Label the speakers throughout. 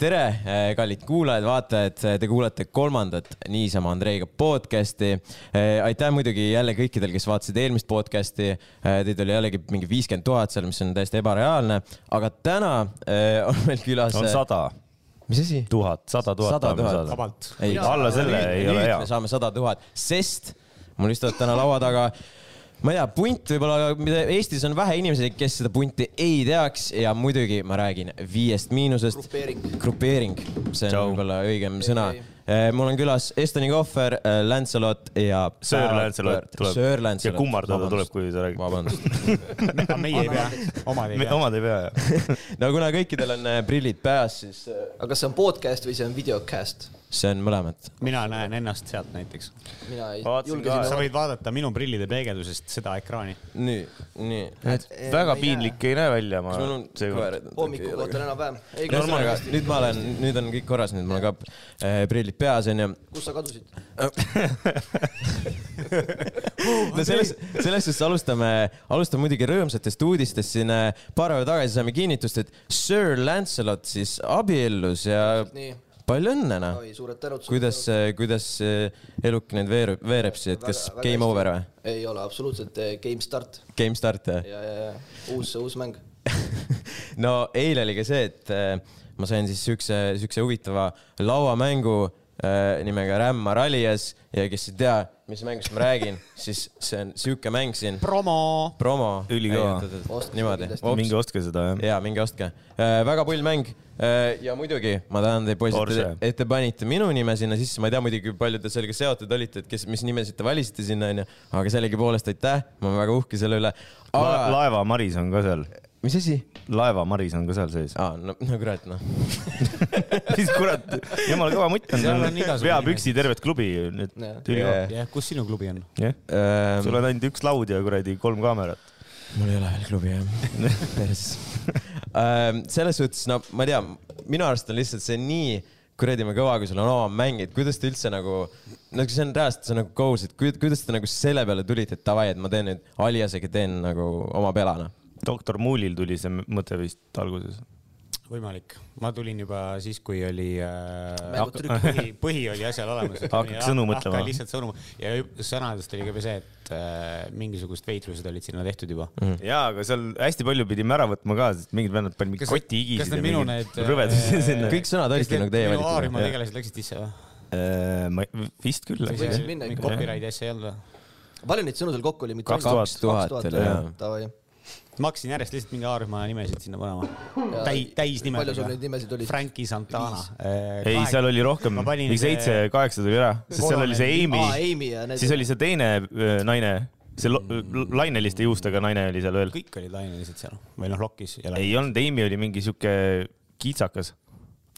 Speaker 1: tere , kallid kuulajad-vaatajad , te kuulate kolmandat Niisama Andreiga podcast'i . aitäh muidugi jälle kõikidel , kes vaatasid eelmist podcast'i . Teid oli jällegi mingi viiskümmend tuhat seal , mis on täiesti ebareaalne , aga täna eh, on meil külas .
Speaker 2: on sada
Speaker 1: mis asi ?
Speaker 2: tuhat , sada tuhat .
Speaker 1: Sada tuhat.
Speaker 3: vabalt .
Speaker 1: ei ,
Speaker 2: alla selle
Speaker 1: nüüd,
Speaker 2: ei
Speaker 1: nüüd
Speaker 2: ole hea
Speaker 1: me . saame sada tuhat , sest mul istuvad täna laua taga , ma ei tea , punt võib-olla , mida Eestis on vähe inimesi , kes seda punti ei teaks ja muidugi ma räägin viiest miinusest .
Speaker 4: Grupeering.
Speaker 1: grupeering , see on
Speaker 2: Tšau.
Speaker 1: võib-olla õigem sõna . mul on külas Estoni kohver , Lancelot ja .
Speaker 2: Sir Lancelot
Speaker 1: Sir
Speaker 2: tuleb ja
Speaker 1: Lancelot .
Speaker 2: kummardada tuleb , kui sa räägid .
Speaker 1: vabandust ,
Speaker 3: aga meie ei pea , omad ei pea .
Speaker 2: omad ei pea jah ?
Speaker 1: no kuna kõikidel on äh, prillid peas , siis äh,
Speaker 4: aga kas see on podcast või see on videocast ?
Speaker 1: see on mõlemat .
Speaker 3: mina näen ennast sealt näiteks .
Speaker 4: mina ei
Speaker 2: Vaatasin
Speaker 4: julge
Speaker 2: ka.
Speaker 3: sa
Speaker 4: sinna
Speaker 3: võid vaadata minu prillide peegeldusest seda ekraani .
Speaker 1: nii , nii .
Speaker 2: väga piinlik ei näe välja , ma
Speaker 1: kas mul on . koerad ?
Speaker 4: hommikul vaatan enam-vähem . ei , kas sa
Speaker 1: ühesõnaga , nüüd ma olen , nüüd on kõik korras , nüüd mul on ka eh, prillid peas , onju .
Speaker 4: kus sa kadusid ?
Speaker 1: no selles , selles suhtes alustame , alustame muidugi rõõmsatest uudistest , siin eh, paar päeva tagasi saime kinnitust , et Sir Lancelot siis abiellus ja
Speaker 4: nii ,
Speaker 1: palju õnne , noh .
Speaker 4: oi , suured tänud .
Speaker 1: kuidas , kuidas eh, eluke nüüd veereb , veereb siis , et kas game over või ??
Speaker 4: ei ole absoluutselt , game start
Speaker 1: Game start või ?
Speaker 4: ja , ja , ja uus , uus mäng .
Speaker 1: no eile oli ka see , et eh, ma sain siis siukse , siukse huvitava lauamängu eh, nimega Rämma Rallias ja kes ei tea , mis mängust ma räägin , siis see on siuke mäng siin ,
Speaker 3: promo .
Speaker 1: promo .
Speaker 2: Ülikõva. .
Speaker 4: Ostke
Speaker 1: niimoodi
Speaker 4: kindlasti. ,
Speaker 1: hops ,
Speaker 2: minge ostke seda jah .
Speaker 1: ja minge ostke . väga pull mäng Eh, ja muidugi ma tänan teid , poisid
Speaker 2: Orse. ,
Speaker 1: et te panite minu nime sinna sisse , ma ei tea muidugi , kui palju te sellega seotud olite , et kes , mis nimesid te valisite sinna onju , aga sellegipoolest aitäh , ma olen väga uhke selle üle . aga ,
Speaker 2: laeva Maris on ka seal ,
Speaker 1: mis asi ?
Speaker 2: laeva Maris on ka seal sees .
Speaker 1: aa , no , no kurat noh
Speaker 2: siis kurat , jumala kõva mutt on
Speaker 3: Seal on , igasugu
Speaker 2: veab üksi tervet klubi , nüüd
Speaker 4: Jah.
Speaker 2: ülikõva .
Speaker 3: jah , kus sinu klubi on ?
Speaker 2: jah , sul
Speaker 1: ähm, .
Speaker 2: on ainult üks laud ja kuradi kolm kaamerat .
Speaker 1: mul ei ole veel klubi jah . päris ähm, . selles suhtes , no ma ei tea , minu arust on lihtsalt see nii kuradi ma kõva , kui sul on oma mängijad , kuidas te üldse nagu , no see on reaalselt , see on nagu goals , et kui- kuidas te nagu selle peale tulite , et davai , et ma teen nüüd Aliasega teen nagu oma pelana .
Speaker 2: doktor Muulil tuli see mõte vist alguses .
Speaker 3: võimalik , ma tulin juba siis , kui oli äh,
Speaker 4: Mängutrükk.
Speaker 3: põhi , põhi oli asjal olemas .
Speaker 2: Hakkasid sõnu mõtlema.
Speaker 3: lihtsalt sõnu ja ju- sõnadest oli ka veel see , et äh, mingisugused veidrused olid sinna tehtud juba mm .
Speaker 2: jaa , aga seal hästi palju pidime ära võtma ka , sest mingid vennad panid mingi
Speaker 3: Kas-
Speaker 2: koti
Speaker 3: kas
Speaker 2: higisid
Speaker 3: need
Speaker 2: ja
Speaker 3: minu
Speaker 2: mingeid
Speaker 3: need,
Speaker 2: rõvedusi
Speaker 3: äh,
Speaker 2: sinna .
Speaker 1: kõik sõnad olidki nagu teie
Speaker 3: minu
Speaker 1: valitud .
Speaker 3: Aarima tegelased läksid sisse või ?
Speaker 2: Äh, ma ei- vist küll läks
Speaker 4: Võiksid
Speaker 2: jah .
Speaker 4: minna
Speaker 3: mingi
Speaker 4: ikka.
Speaker 3: copyrighti asja ei olnud või ?
Speaker 4: palju neid sõnu seal kokku oli ?
Speaker 2: Kaks tuhat.
Speaker 1: kaks tuhat oli jah .
Speaker 4: Davai .
Speaker 3: ma hakkasin järjest lihtsalt mingi Aarima nimesid sinna panema . täi- , täisnimed .
Speaker 4: palju sul neid nimesid oli ?
Speaker 3: Frankie Santana . Äh,
Speaker 2: ei , seal oli rohkem ,
Speaker 3: Ma panin
Speaker 2: mingi
Speaker 3: see-
Speaker 2: seitse , kaheksa tuli ära , sest seal oli see
Speaker 4: Amy . aa ,
Speaker 2: Amy ,
Speaker 4: Amy ja need .
Speaker 2: siis oli see teine öö, naine , see lo- l- laineliste juustega naine oli seal veel .
Speaker 3: kõik olid lainelised seal või noh , lokis ja
Speaker 2: ei olnud , Amy oli mingi sihuke kitsakas .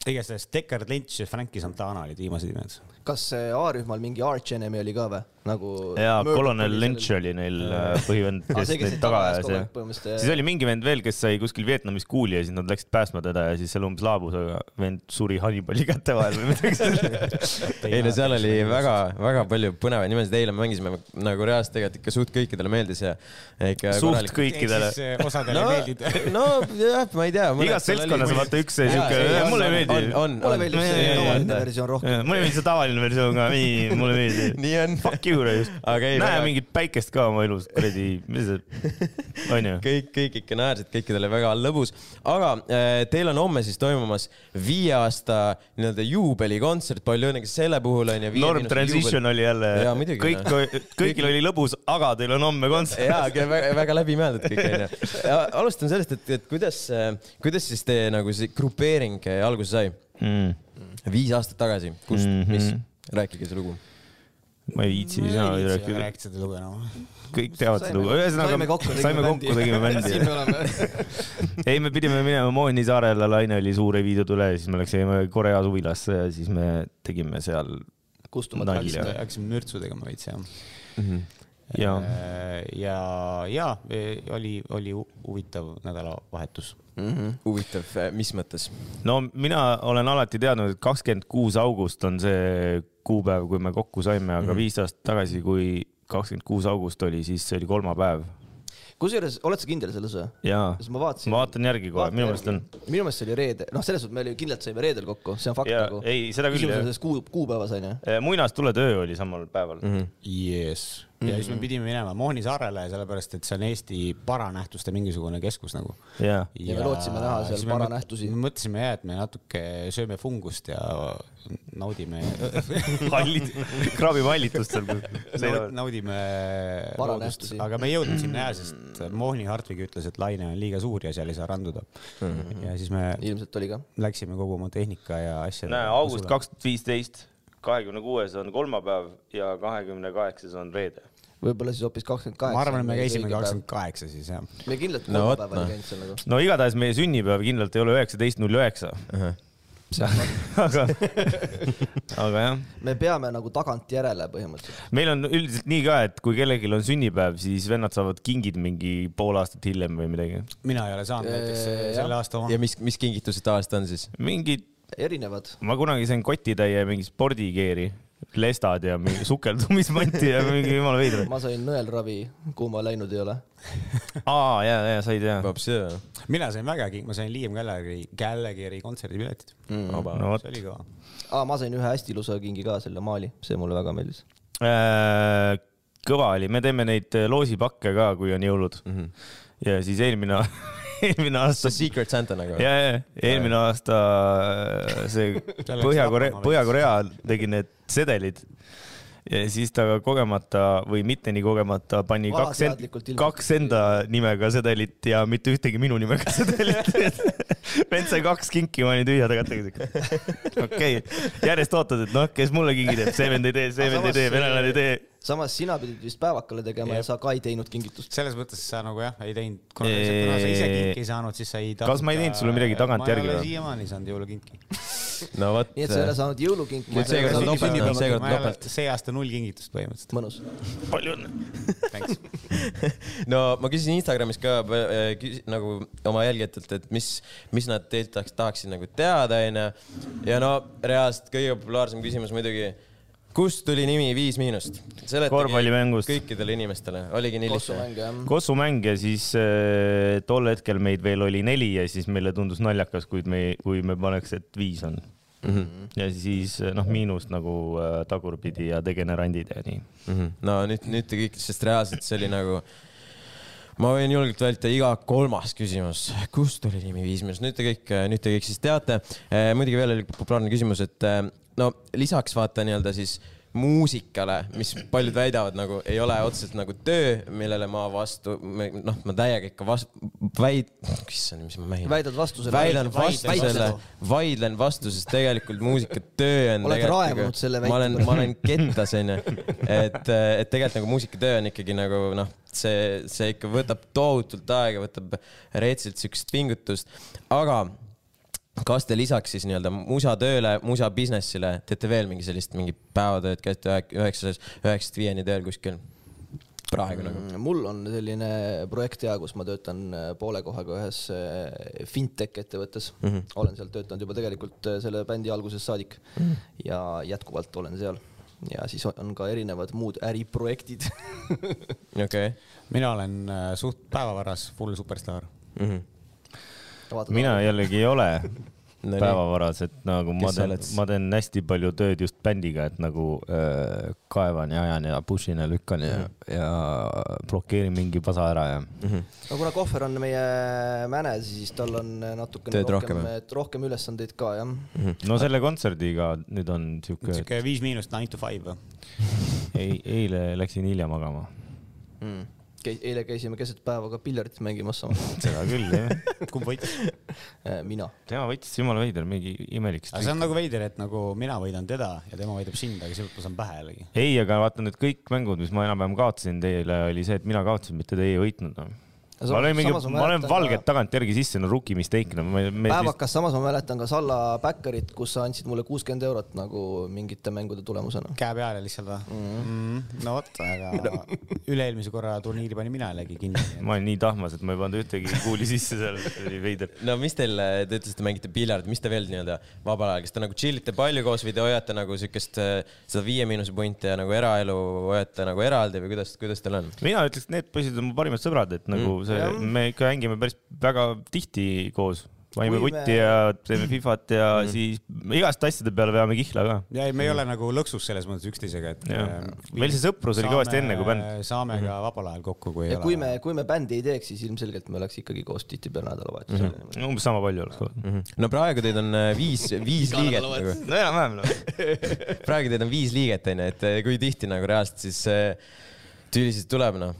Speaker 3: igatahes Deckard Lynch ja Frankie Santana olid viimased nimed .
Speaker 4: kas see A-rühmal mingi Arch Enemy oli ka või ? nagu .
Speaker 2: jaa , kolonel Lynch . oli neil äh, põhivend ,
Speaker 4: Aa,
Speaker 2: kes
Speaker 4: see, kes
Speaker 2: neid
Speaker 4: neid
Speaker 2: taga
Speaker 4: taga ajas
Speaker 2: ajas
Speaker 4: kogu
Speaker 2: ja
Speaker 4: aeg põhimõtteliselt,
Speaker 2: siis
Speaker 4: jah.
Speaker 2: oli mingi vend veel , kes sai kuskil Vietnamis kuuli ja siis nad läksid päästma teda ja siis seal umbes laabus , aga vend suri Hannibali käte vahel või midagi sellist .
Speaker 1: ei no seal oli väga-väga palju põnevaid nimesid , eile me mängisime nagu reaalselt tegelikult ikka suht kõikidele meeldis ja ja ikka
Speaker 2: suht kõikidele .
Speaker 3: eh, osadele
Speaker 1: no
Speaker 3: no. , meeldib .
Speaker 1: nojah , ma ei tea .
Speaker 2: igas seltskonnas on vaata üks see
Speaker 1: Jaa,
Speaker 2: siuke
Speaker 1: ei, , on,
Speaker 2: mulle
Speaker 1: on,
Speaker 2: meeldib .
Speaker 1: on, on,
Speaker 4: mulle meeldib see
Speaker 2: Jaa, jaa,
Speaker 4: tavaline
Speaker 2: jaa.
Speaker 4: versioon rohkem .
Speaker 2: mulle meeldib see tavaline versioon ka , nii , mulle meeldib .
Speaker 1: nii on .
Speaker 2: Fuck you , raisk .
Speaker 1: Aga ei,
Speaker 2: näe
Speaker 1: väga-
Speaker 2: väga... mingit päikest ka oma elus , kuradi , mis see , onju .
Speaker 1: kõik , kõik ikka naersid , kõikidel oli väga lõbus . aga äh, teil on homme siis toimumas viie aasta nii-öelda juubelikontsert , palju õnne ka selle puhul on ju .
Speaker 2: Norm Transition oli jälle
Speaker 1: Jaa, , muidugi,
Speaker 2: kõik , noh. kõigil oli lõbus , aga teil on homme kontsert .
Speaker 1: jaa , väga, väga läbimõeldud kõik onju . alustan sellest , et , et kuidas , kuidas siis teie nagu see grupeering äh, alguse sai ?
Speaker 2: Mm.
Speaker 1: viis aastat tagasi , kust mm , -hmm.
Speaker 2: Mhm.
Speaker 1: mis , rääkige see lugu .
Speaker 2: ma ei viitsi sõna rääkida ,
Speaker 3: rääkisid seda lugu noh. enam .
Speaker 2: kõik teavad seda lugu , ühesõnaga saime kokku , tegime bändi
Speaker 4: siin . me oleme .
Speaker 2: ei , me pidime minema Mooni saarele , Laine oli suur ei viidud üle , siis me läksime Korea suvilasse ja siis me tegime seal
Speaker 4: kustuma
Speaker 2: Nalja.
Speaker 4: tagasi .
Speaker 3: hakkasin mürtsu tegema veits jah .
Speaker 4: Mhm.
Speaker 2: ja
Speaker 3: ja , ja e, oli , oli hu- huvitav nädalavahetus .
Speaker 1: huvitav , mis mõttes ?
Speaker 2: no mina olen alati teadnud , et kakskümmend kuus august on see kuupäev , kui me Mhm. kokku saime , aga viis aastat tagasi , kui kakskümmend kuus august oli , siis see oli kolmapäev .
Speaker 4: kusjuures , oled sa kindel selles või ?
Speaker 2: jaa ,
Speaker 4: siis ma vaatasin .
Speaker 2: ma vaatan järgi kohe , minu meelest on .
Speaker 4: minu meelest see oli reede , noh , selles suhtes me oli, kindlalt saime reedel kokku , see on fakt
Speaker 2: jaa
Speaker 4: nagu ,.
Speaker 2: ei , seda küll
Speaker 4: küsimus on
Speaker 2: jah .
Speaker 4: selles kuu , kuupäevas onju .
Speaker 2: Äh, muinastuletöö oli samal päeval mm . -hmm.
Speaker 3: jess . ja
Speaker 4: Mhm.
Speaker 3: siis me pidime minema Mooni saarele , sellepärast et see on Eesti paranähtuste mingisugune keskus nagu .
Speaker 2: jaa ,
Speaker 4: Ja me lootsime näha seal paranähtusi.
Speaker 3: mõtlesime jah , et me natuke sööme fungust ja naudime ,
Speaker 2: hallid , kraabime hallitust seal .
Speaker 3: naudime loodust
Speaker 4: Paranähtusi. ,
Speaker 3: aga me ei jõudnud sinna jah , sest Mooni Hartvig ütles , et laine on liiga suur ja seal ei saa randuda . ja siis me
Speaker 4: ilmselt oli ka .
Speaker 3: läksime kogu oma tehnika ja asjad .
Speaker 2: näe , august . kaks tuhat viisteist , kahekümne kuues on kolmapäev ja kahekümne kaheksas on reede .
Speaker 4: võib-olla siis hoopis kakskümmend kaheksa .
Speaker 3: ma arvan , et me käisime kakskümmend . kaheksa siis jah .
Speaker 4: me kindlalt
Speaker 1: No vot,
Speaker 4: kolmapäeval
Speaker 1: noh.
Speaker 4: ei käinud seal nagu .
Speaker 2: no igatahes meie sünnipäev kindlalt ei ole üheksateist null üheksa , aga , aga jah
Speaker 4: me peame nagu tagantjärele põhimõtteliselt .
Speaker 2: meil on üldiselt nii ka , et kui kellelgi on sünnipäev , siis vennad saavad kingid mingi pool aastat hiljem või midagi .
Speaker 3: mina ei ole saanud näiteks
Speaker 4: Eee,
Speaker 3: selle aasta
Speaker 4: Ah.
Speaker 3: oma
Speaker 1: ja . mis , mis kingitused aasta on siis ?
Speaker 2: mingid ,
Speaker 4: erinevad .
Speaker 2: ma kunagi sain kotitäie mingi spordikeeri , lestad ja mingi sukeldumismanti ja mingi jumala veider .
Speaker 4: ma sain nõelravi , kuhu ma läinud ei ole .
Speaker 2: aa , ja , ja said
Speaker 4: Ah.
Speaker 2: ja .
Speaker 1: vabs see
Speaker 3: mina sain väga king , ma sain Liam Gallagher'i , Gallagher'i kontserdipiletid .
Speaker 1: vaba
Speaker 2: no Mm. vot
Speaker 3: see , oli kõva .
Speaker 4: aa , ma sain ühe hästi ilusa kingi ka , selle maali , see mulle väga meeldis .
Speaker 2: Äh, kõva oli , me teeme neid äh, loosipakke ka , kui on jõulud mm .
Speaker 1: Mhm.
Speaker 2: -hmm. ja siis eelmine , eelmine
Speaker 1: The
Speaker 2: aasta ,
Speaker 1: Secret Santa nagu
Speaker 2: ja , ja eelmine aasta äh, see
Speaker 3: läks
Speaker 2: Põhja-Korea ,
Speaker 3: tapama veits.
Speaker 2: Põhja-Korea tegi need sedelid . ja siis ta kogemata või mitte nii kogemata pani kaks end,
Speaker 4: Alateadlikult ilmselt. ,
Speaker 2: kaks enda nimega sedelit ja mitte ühtegi minu nimega sedelit . vend sai kaks kinki , ma olin tühjade kätega . okei okay. , järjest ootad , et noh , kes mulle kingi teeb , see vend ei tee , see vend ei tee , venelane ei tee .
Speaker 4: samas sina pidid vist päevakale tegema ja
Speaker 3: Jep.
Speaker 4: sa ka ei teinud kingitust .
Speaker 3: selles mõttes sa nagu jah , ei teinud , kuna sa- kuna sa ise kinki ei saanud , siis sa ei
Speaker 2: Kas ma ei teinud sulle midagi tagantjärgi
Speaker 3: või ? ma ei
Speaker 2: või?
Speaker 3: ole siiamaani saanud jõulukinki .
Speaker 1: no vot .
Speaker 4: nii et sa ei ole saanud jõulukinki .
Speaker 1: Nüüd seekord on topelt, seekord
Speaker 3: ma ei ole
Speaker 1: topelt.
Speaker 3: see aasta null kingitust põhimõtteliselt .
Speaker 4: mõnus .
Speaker 2: palju õnne .
Speaker 3: Thanks .
Speaker 1: no ma küsisin Instagramis ka äh, küs, nagu oma jälgijatelt , et mis , mis nad teilt tahaks , tahaksid nagu teada , onju . ja no reaalselt kõige populaarsem küsimus muidugi , kust tuli nimi Viis Miinust ?
Speaker 2: Korvpallimängust.
Speaker 1: kõikidele inimestele , oligi nii lihtne .
Speaker 4: kossumäng jah .
Speaker 2: Kossu mäng Mm-hmm. ja siis äh, tol hetkel meid veel oli neli ja siis meile tundus naljakas , kuid me , kui me paneks , et viis on mm .
Speaker 1: Mm-hmm.
Speaker 2: -hmm. ja siis äh, noh , miinus nagu äh, tagurpidi ja degenerandid ja nii .
Speaker 1: no nüüd , nüüd te kõik , sest reaalselt see oli nagu , ma võin julgelt väita iga kolmas küsimus , kust tuli nimi Viis Miinust , nüüd te kõik , nüüd te kõik siis teate . muidugi veel oli populaarne küsimus , et eh, no lisaks vaata nii-öelda siis muusikale , mis paljud väidavad nagu ei ole otseselt nagu töö , millele ma vastu , noh , ma täiega ikka vastu , väid- , issand , mis ma mängin .
Speaker 4: väidad vastu selle ?
Speaker 1: väidan vastu
Speaker 4: vaidlen
Speaker 1: selle
Speaker 4: vastu. ,
Speaker 1: vaidlen vastu , sest tegelikult muusikatöö on .
Speaker 4: Oled raevunud selle väite
Speaker 1: ma olen ,
Speaker 4: pärast.
Speaker 1: ma olen kettas , onju . et , et tegelikult nagu muusikatöö on ikkagi nagu noh , see , see ikka võtab tohutult aega , võtab reetsilt siukest pingutust , aga kas te lisaks siis nii-öelda musatööle , musa business'ile teete veel mingi sellist , mingi päevatööd , käite ühe- üheksasest , üheksast viieni tööl kuskil praegu nagu ?
Speaker 4: Mm, mul on selline projekt ja kus ma töötan äh, poole kohaga ühes äh, fintech ettevõttes mm .
Speaker 2: Mhm.
Speaker 4: -hmm. olen seal töötanud juba tegelikult äh, selle bändi algusest saadik mm
Speaker 2: Mhm.
Speaker 4: -hmm. ja jätkuvalt olen seal ja siis on- on ka erinevad muud äriprojektid .
Speaker 1: okei okay.
Speaker 3: mina olen äh, suht päevavaras full superstaar .
Speaker 1: mm -hmm. .
Speaker 2: mina jällegi ei ole
Speaker 1: No nii.
Speaker 2: päevavaras , et nagu ma
Speaker 1: Kes sa
Speaker 2: teen
Speaker 1: oled , siis?
Speaker 2: ma teen hästi palju tööd just bändiga , et nagu äh, kaevan ja ajan ja push in ja lükkan ja mm ,
Speaker 1: Mm-hmm.
Speaker 2: -hmm. ja blokeerin mingi pasa ära ja mm . -hmm.
Speaker 4: no kuna Kohver on meie manager , siis tal on äh, natukene
Speaker 1: Tööd rohkem,
Speaker 4: rohkem
Speaker 1: jah? ,
Speaker 4: rohkem ülesandeid ka jah .
Speaker 1: Mm-hmm.
Speaker 2: no selle kontserdiga nüüd on siuke ,
Speaker 3: sihuke viis miinust nine to five .
Speaker 2: ei , eile läksin hilja magama .
Speaker 4: Mm. eile käisime keset päeva ka piljardit mängimas samas ,
Speaker 2: seda küll jah
Speaker 3: kumb võitis ?
Speaker 4: mina .
Speaker 2: tema võttis jumala veider mingi imelik
Speaker 3: aga see on nagu veider , et nagu mina võidan teda ja tema võidab sind , aga sealt ma saan pähe jällegi .
Speaker 2: ei , aga vaata nüüd kõik mängud , mis ma enam-vähem kaotasin teile , oli see , et mina kaotasin , mitte teie ei võitnud no. .
Speaker 4: aga
Speaker 2: ma olen mingi , ma olen valget tagantjärgi sisse , no rookie mistake , no ma , ma vist ,
Speaker 4: päevakas , samas ma mäletan ka Salla Backerit , kus sa andsid mulle kuuskümmend eurot nagu mingite mängude tulemusena .
Speaker 3: käe peale lihtsalt või mm.
Speaker 2: Mhm.
Speaker 3: mm, ? no vot , aga üle-eelmise korra turniiri panin mina jällegi kinni .
Speaker 2: ma olen nii tahmas , et ma ei pannud ühtegi kuuli sisse seal , see oli veider .
Speaker 1: no mis teil , te ütlesite , mängite piljardit , mis te veel nii-öelda vabal ajal , kas te nagu tšillite palju koos või te hoiate nagu siukest äh, seda viie miinuse punti ja nagu eraelu hoiate nagu eraldi või kuidas , kuidas teil on ?
Speaker 2: mina ütleks , need poisid on mu parimad sõbrad , et nagu
Speaker 3: Mm.
Speaker 2: see , me ikka mängime päris väga tihti koos . panime
Speaker 4: Kui me-
Speaker 2: vutti ja teeme Fifat ja
Speaker 3: Mm.
Speaker 2: siis igast asjade peale veame kihla ka .
Speaker 3: ja ei , me ei ole nagu lõksus selles mõttes üksteisega , et .
Speaker 2: Mhm. Jah. Meil see sõprus oli kõvasti enne kui bänd. . Mhm.
Speaker 3: saame ka vabal ajal kokku , kui ei
Speaker 4: ja
Speaker 3: ole .
Speaker 4: kui me , kui me bändi ei teeks , siis ilmselgelt me oleks ikkagi koos tihtipeale nädalavahetusel
Speaker 2: Mhm.
Speaker 4: mm . -hmm.
Speaker 2: umbes sama palju oleks olnud .
Speaker 3: Mhm.
Speaker 1: no praegu teid on äh, viis , viis liiget nagu
Speaker 2: no enam-vähem noh .
Speaker 1: praegu teid on viis liiget , onju , et eh, kui tihti nagu reaalselt siis eh, tülisid tuleb , noh ?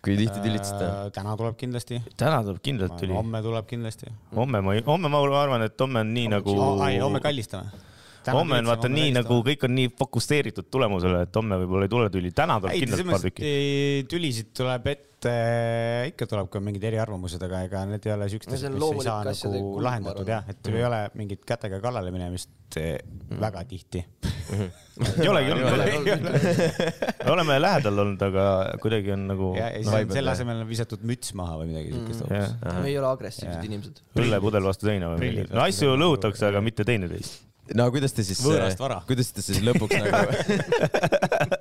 Speaker 1: kui tihti tülitsete ?
Speaker 3: Äh, täna tuleb kindlasti .
Speaker 2: täna tuleb kindlalt tüli .
Speaker 3: homme tuleb kindlasti .
Speaker 2: homme ma ei , homme ma arvan , et homme on nii nagu .
Speaker 3: ei , homme kallistame .
Speaker 2: homme on vaata nii nagu kõik on nii fokusseeritud tulemusele , et homme võib-olla ei tule tüli , täna tuleb
Speaker 3: ei , selles
Speaker 2: kindlalt paar
Speaker 3: mõttes
Speaker 2: tükki .
Speaker 3: ei, tülisid tuleb ette , ikka tuleb ka mingid eriarvamused , aga ega need ei ole siuksed
Speaker 4: No see
Speaker 3: asjad , mis
Speaker 4: on
Speaker 3: ei
Speaker 4: loomulik
Speaker 3: saa
Speaker 4: asjade
Speaker 3: nagu
Speaker 4: kuld, ma
Speaker 3: lahendatud
Speaker 4: arvan.
Speaker 3: jah , et ei ole mingit kätega kallale minemist eh,
Speaker 2: Mm.
Speaker 3: väga tihti .
Speaker 2: ei olegi olnud , me oleme lähedal olnud , aga kuidagi on nagu
Speaker 3: ja , ja siis
Speaker 1: Vibe on
Speaker 3: on selle
Speaker 1: jah.
Speaker 3: asemel on visatud müts maha või midagi siukest
Speaker 2: Mm. jah,
Speaker 3: hoopis .
Speaker 4: me ei ole agressiivsed
Speaker 3: Jaa.
Speaker 4: yeah. inimesed .
Speaker 2: õllepudel vastu seina või
Speaker 3: Prillid
Speaker 2: midagi . no asju lõhutakse , aga mitte teineteist .
Speaker 1: no kuidas te siis äh,
Speaker 3: Võõrast vara. ,
Speaker 1: kuidas te siis lõpuks nagu ,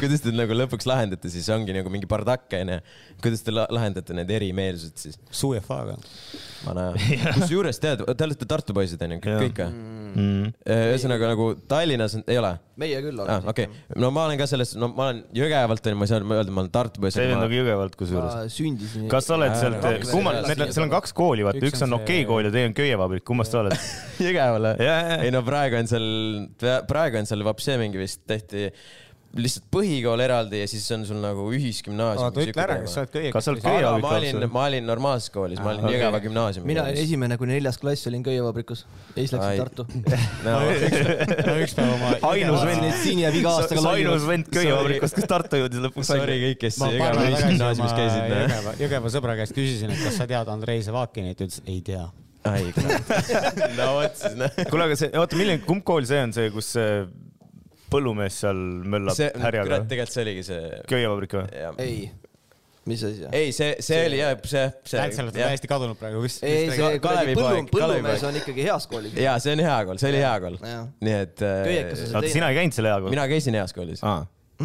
Speaker 1: kuidas te nagu lõpuks lahendate siis , ongi nagu mingi bardakk , onju . kuidas te la- lahendate need erimeelsused siis ?
Speaker 3: suu ja faaga .
Speaker 1: vana hea . kusjuures tead , te olete Tartu poisid , onju ,
Speaker 2: Jah.
Speaker 1: kõik või ? ühesõnaga nagu Tallinnas on- ei ole ?
Speaker 4: meie küll
Speaker 1: Ah,
Speaker 4: oleme
Speaker 1: okei , no ma olen ka selles , no ma olen Jõgevalt , onju , ma ei saa öelda , ma olen Tartu poiss .
Speaker 2: see on nagu Jõgevalt kusjuures .
Speaker 4: ma sündisin .
Speaker 2: kas sa oled sealt
Speaker 4: Rakvere ,
Speaker 2: kummal ,
Speaker 4: elas
Speaker 2: need ,
Speaker 4: siin
Speaker 2: seal on kaks kooli , vaata ,
Speaker 3: Üks
Speaker 2: üks
Speaker 3: on
Speaker 2: on
Speaker 3: see-
Speaker 2: okei kool ja teine on köievabrik , kummast sa oled ?
Speaker 1: Jõgevale ?
Speaker 2: Jajah.
Speaker 1: ei no praegu on seal , praegu on seal vapsee mingi vist tehti lihtsalt põhikool eraldi ja siis on sul nagu ühisgümnaasium .
Speaker 3: oota , ütle ära , kas sa oled köie .
Speaker 2: kas sa oled
Speaker 1: Aga
Speaker 2: köievabrik
Speaker 1: ma olin ,
Speaker 2: laps ?
Speaker 1: ma olin normaalses koolis , ma
Speaker 3: Ah,
Speaker 1: olin
Speaker 2: Aa,
Speaker 1: Jõgeva
Speaker 2: okei.
Speaker 1: gümnaasiumis .
Speaker 4: mina olin esimene kuni neljas klass olin köievabrikus ja siis
Speaker 1: Ai.
Speaker 4: läksin Tartu .
Speaker 3: no üks päev oma .
Speaker 2: ainus vend
Speaker 4: Need , siin jääb iga aastaga
Speaker 2: ainus
Speaker 4: laiali .
Speaker 2: vend köievabrikust , kes Tartu jõudis lõpuks
Speaker 1: Sorry kõik , kes
Speaker 3: ma paar
Speaker 1: Jõgeva
Speaker 3: päeva tagasi
Speaker 1: ühisgümnaasiumis
Speaker 3: oma
Speaker 1: käisid .
Speaker 3: Jõgeva , Jõgeva sõbra käest küsisin , et kas sa tead Andrei Zavakinit , ta ütles , ei tea .
Speaker 1: noh. ai , no vot siis noh .
Speaker 2: kuule , aga see , oota , milline , kumb kool see on , see , kus see põllumees seal möllab
Speaker 1: see ,
Speaker 2: härjaga
Speaker 1: kurat ,? tegelikult see oligi see .
Speaker 2: köievabrik või ?
Speaker 4: ei , mis asi see ?
Speaker 1: ei , see , see oli jah , see ,
Speaker 3: näed , sa oled
Speaker 1: see .
Speaker 3: täiesti kadunud praegu , mis .
Speaker 4: ei , see
Speaker 1: Ka-
Speaker 4: kuradi
Speaker 1: Kalevipoeg,
Speaker 4: põllu , põllumees
Speaker 1: Kalevipoeg.
Speaker 4: on ikkagi heas koolis .
Speaker 1: ja see on hea kool , see oli hea kool .
Speaker 4: Jah.
Speaker 1: nii et .
Speaker 4: Köiekas on see
Speaker 2: oota ,
Speaker 4: teine.
Speaker 2: sina ei käinud selle ajaga ?
Speaker 1: mina käisin heas koolis .
Speaker 2: aa ,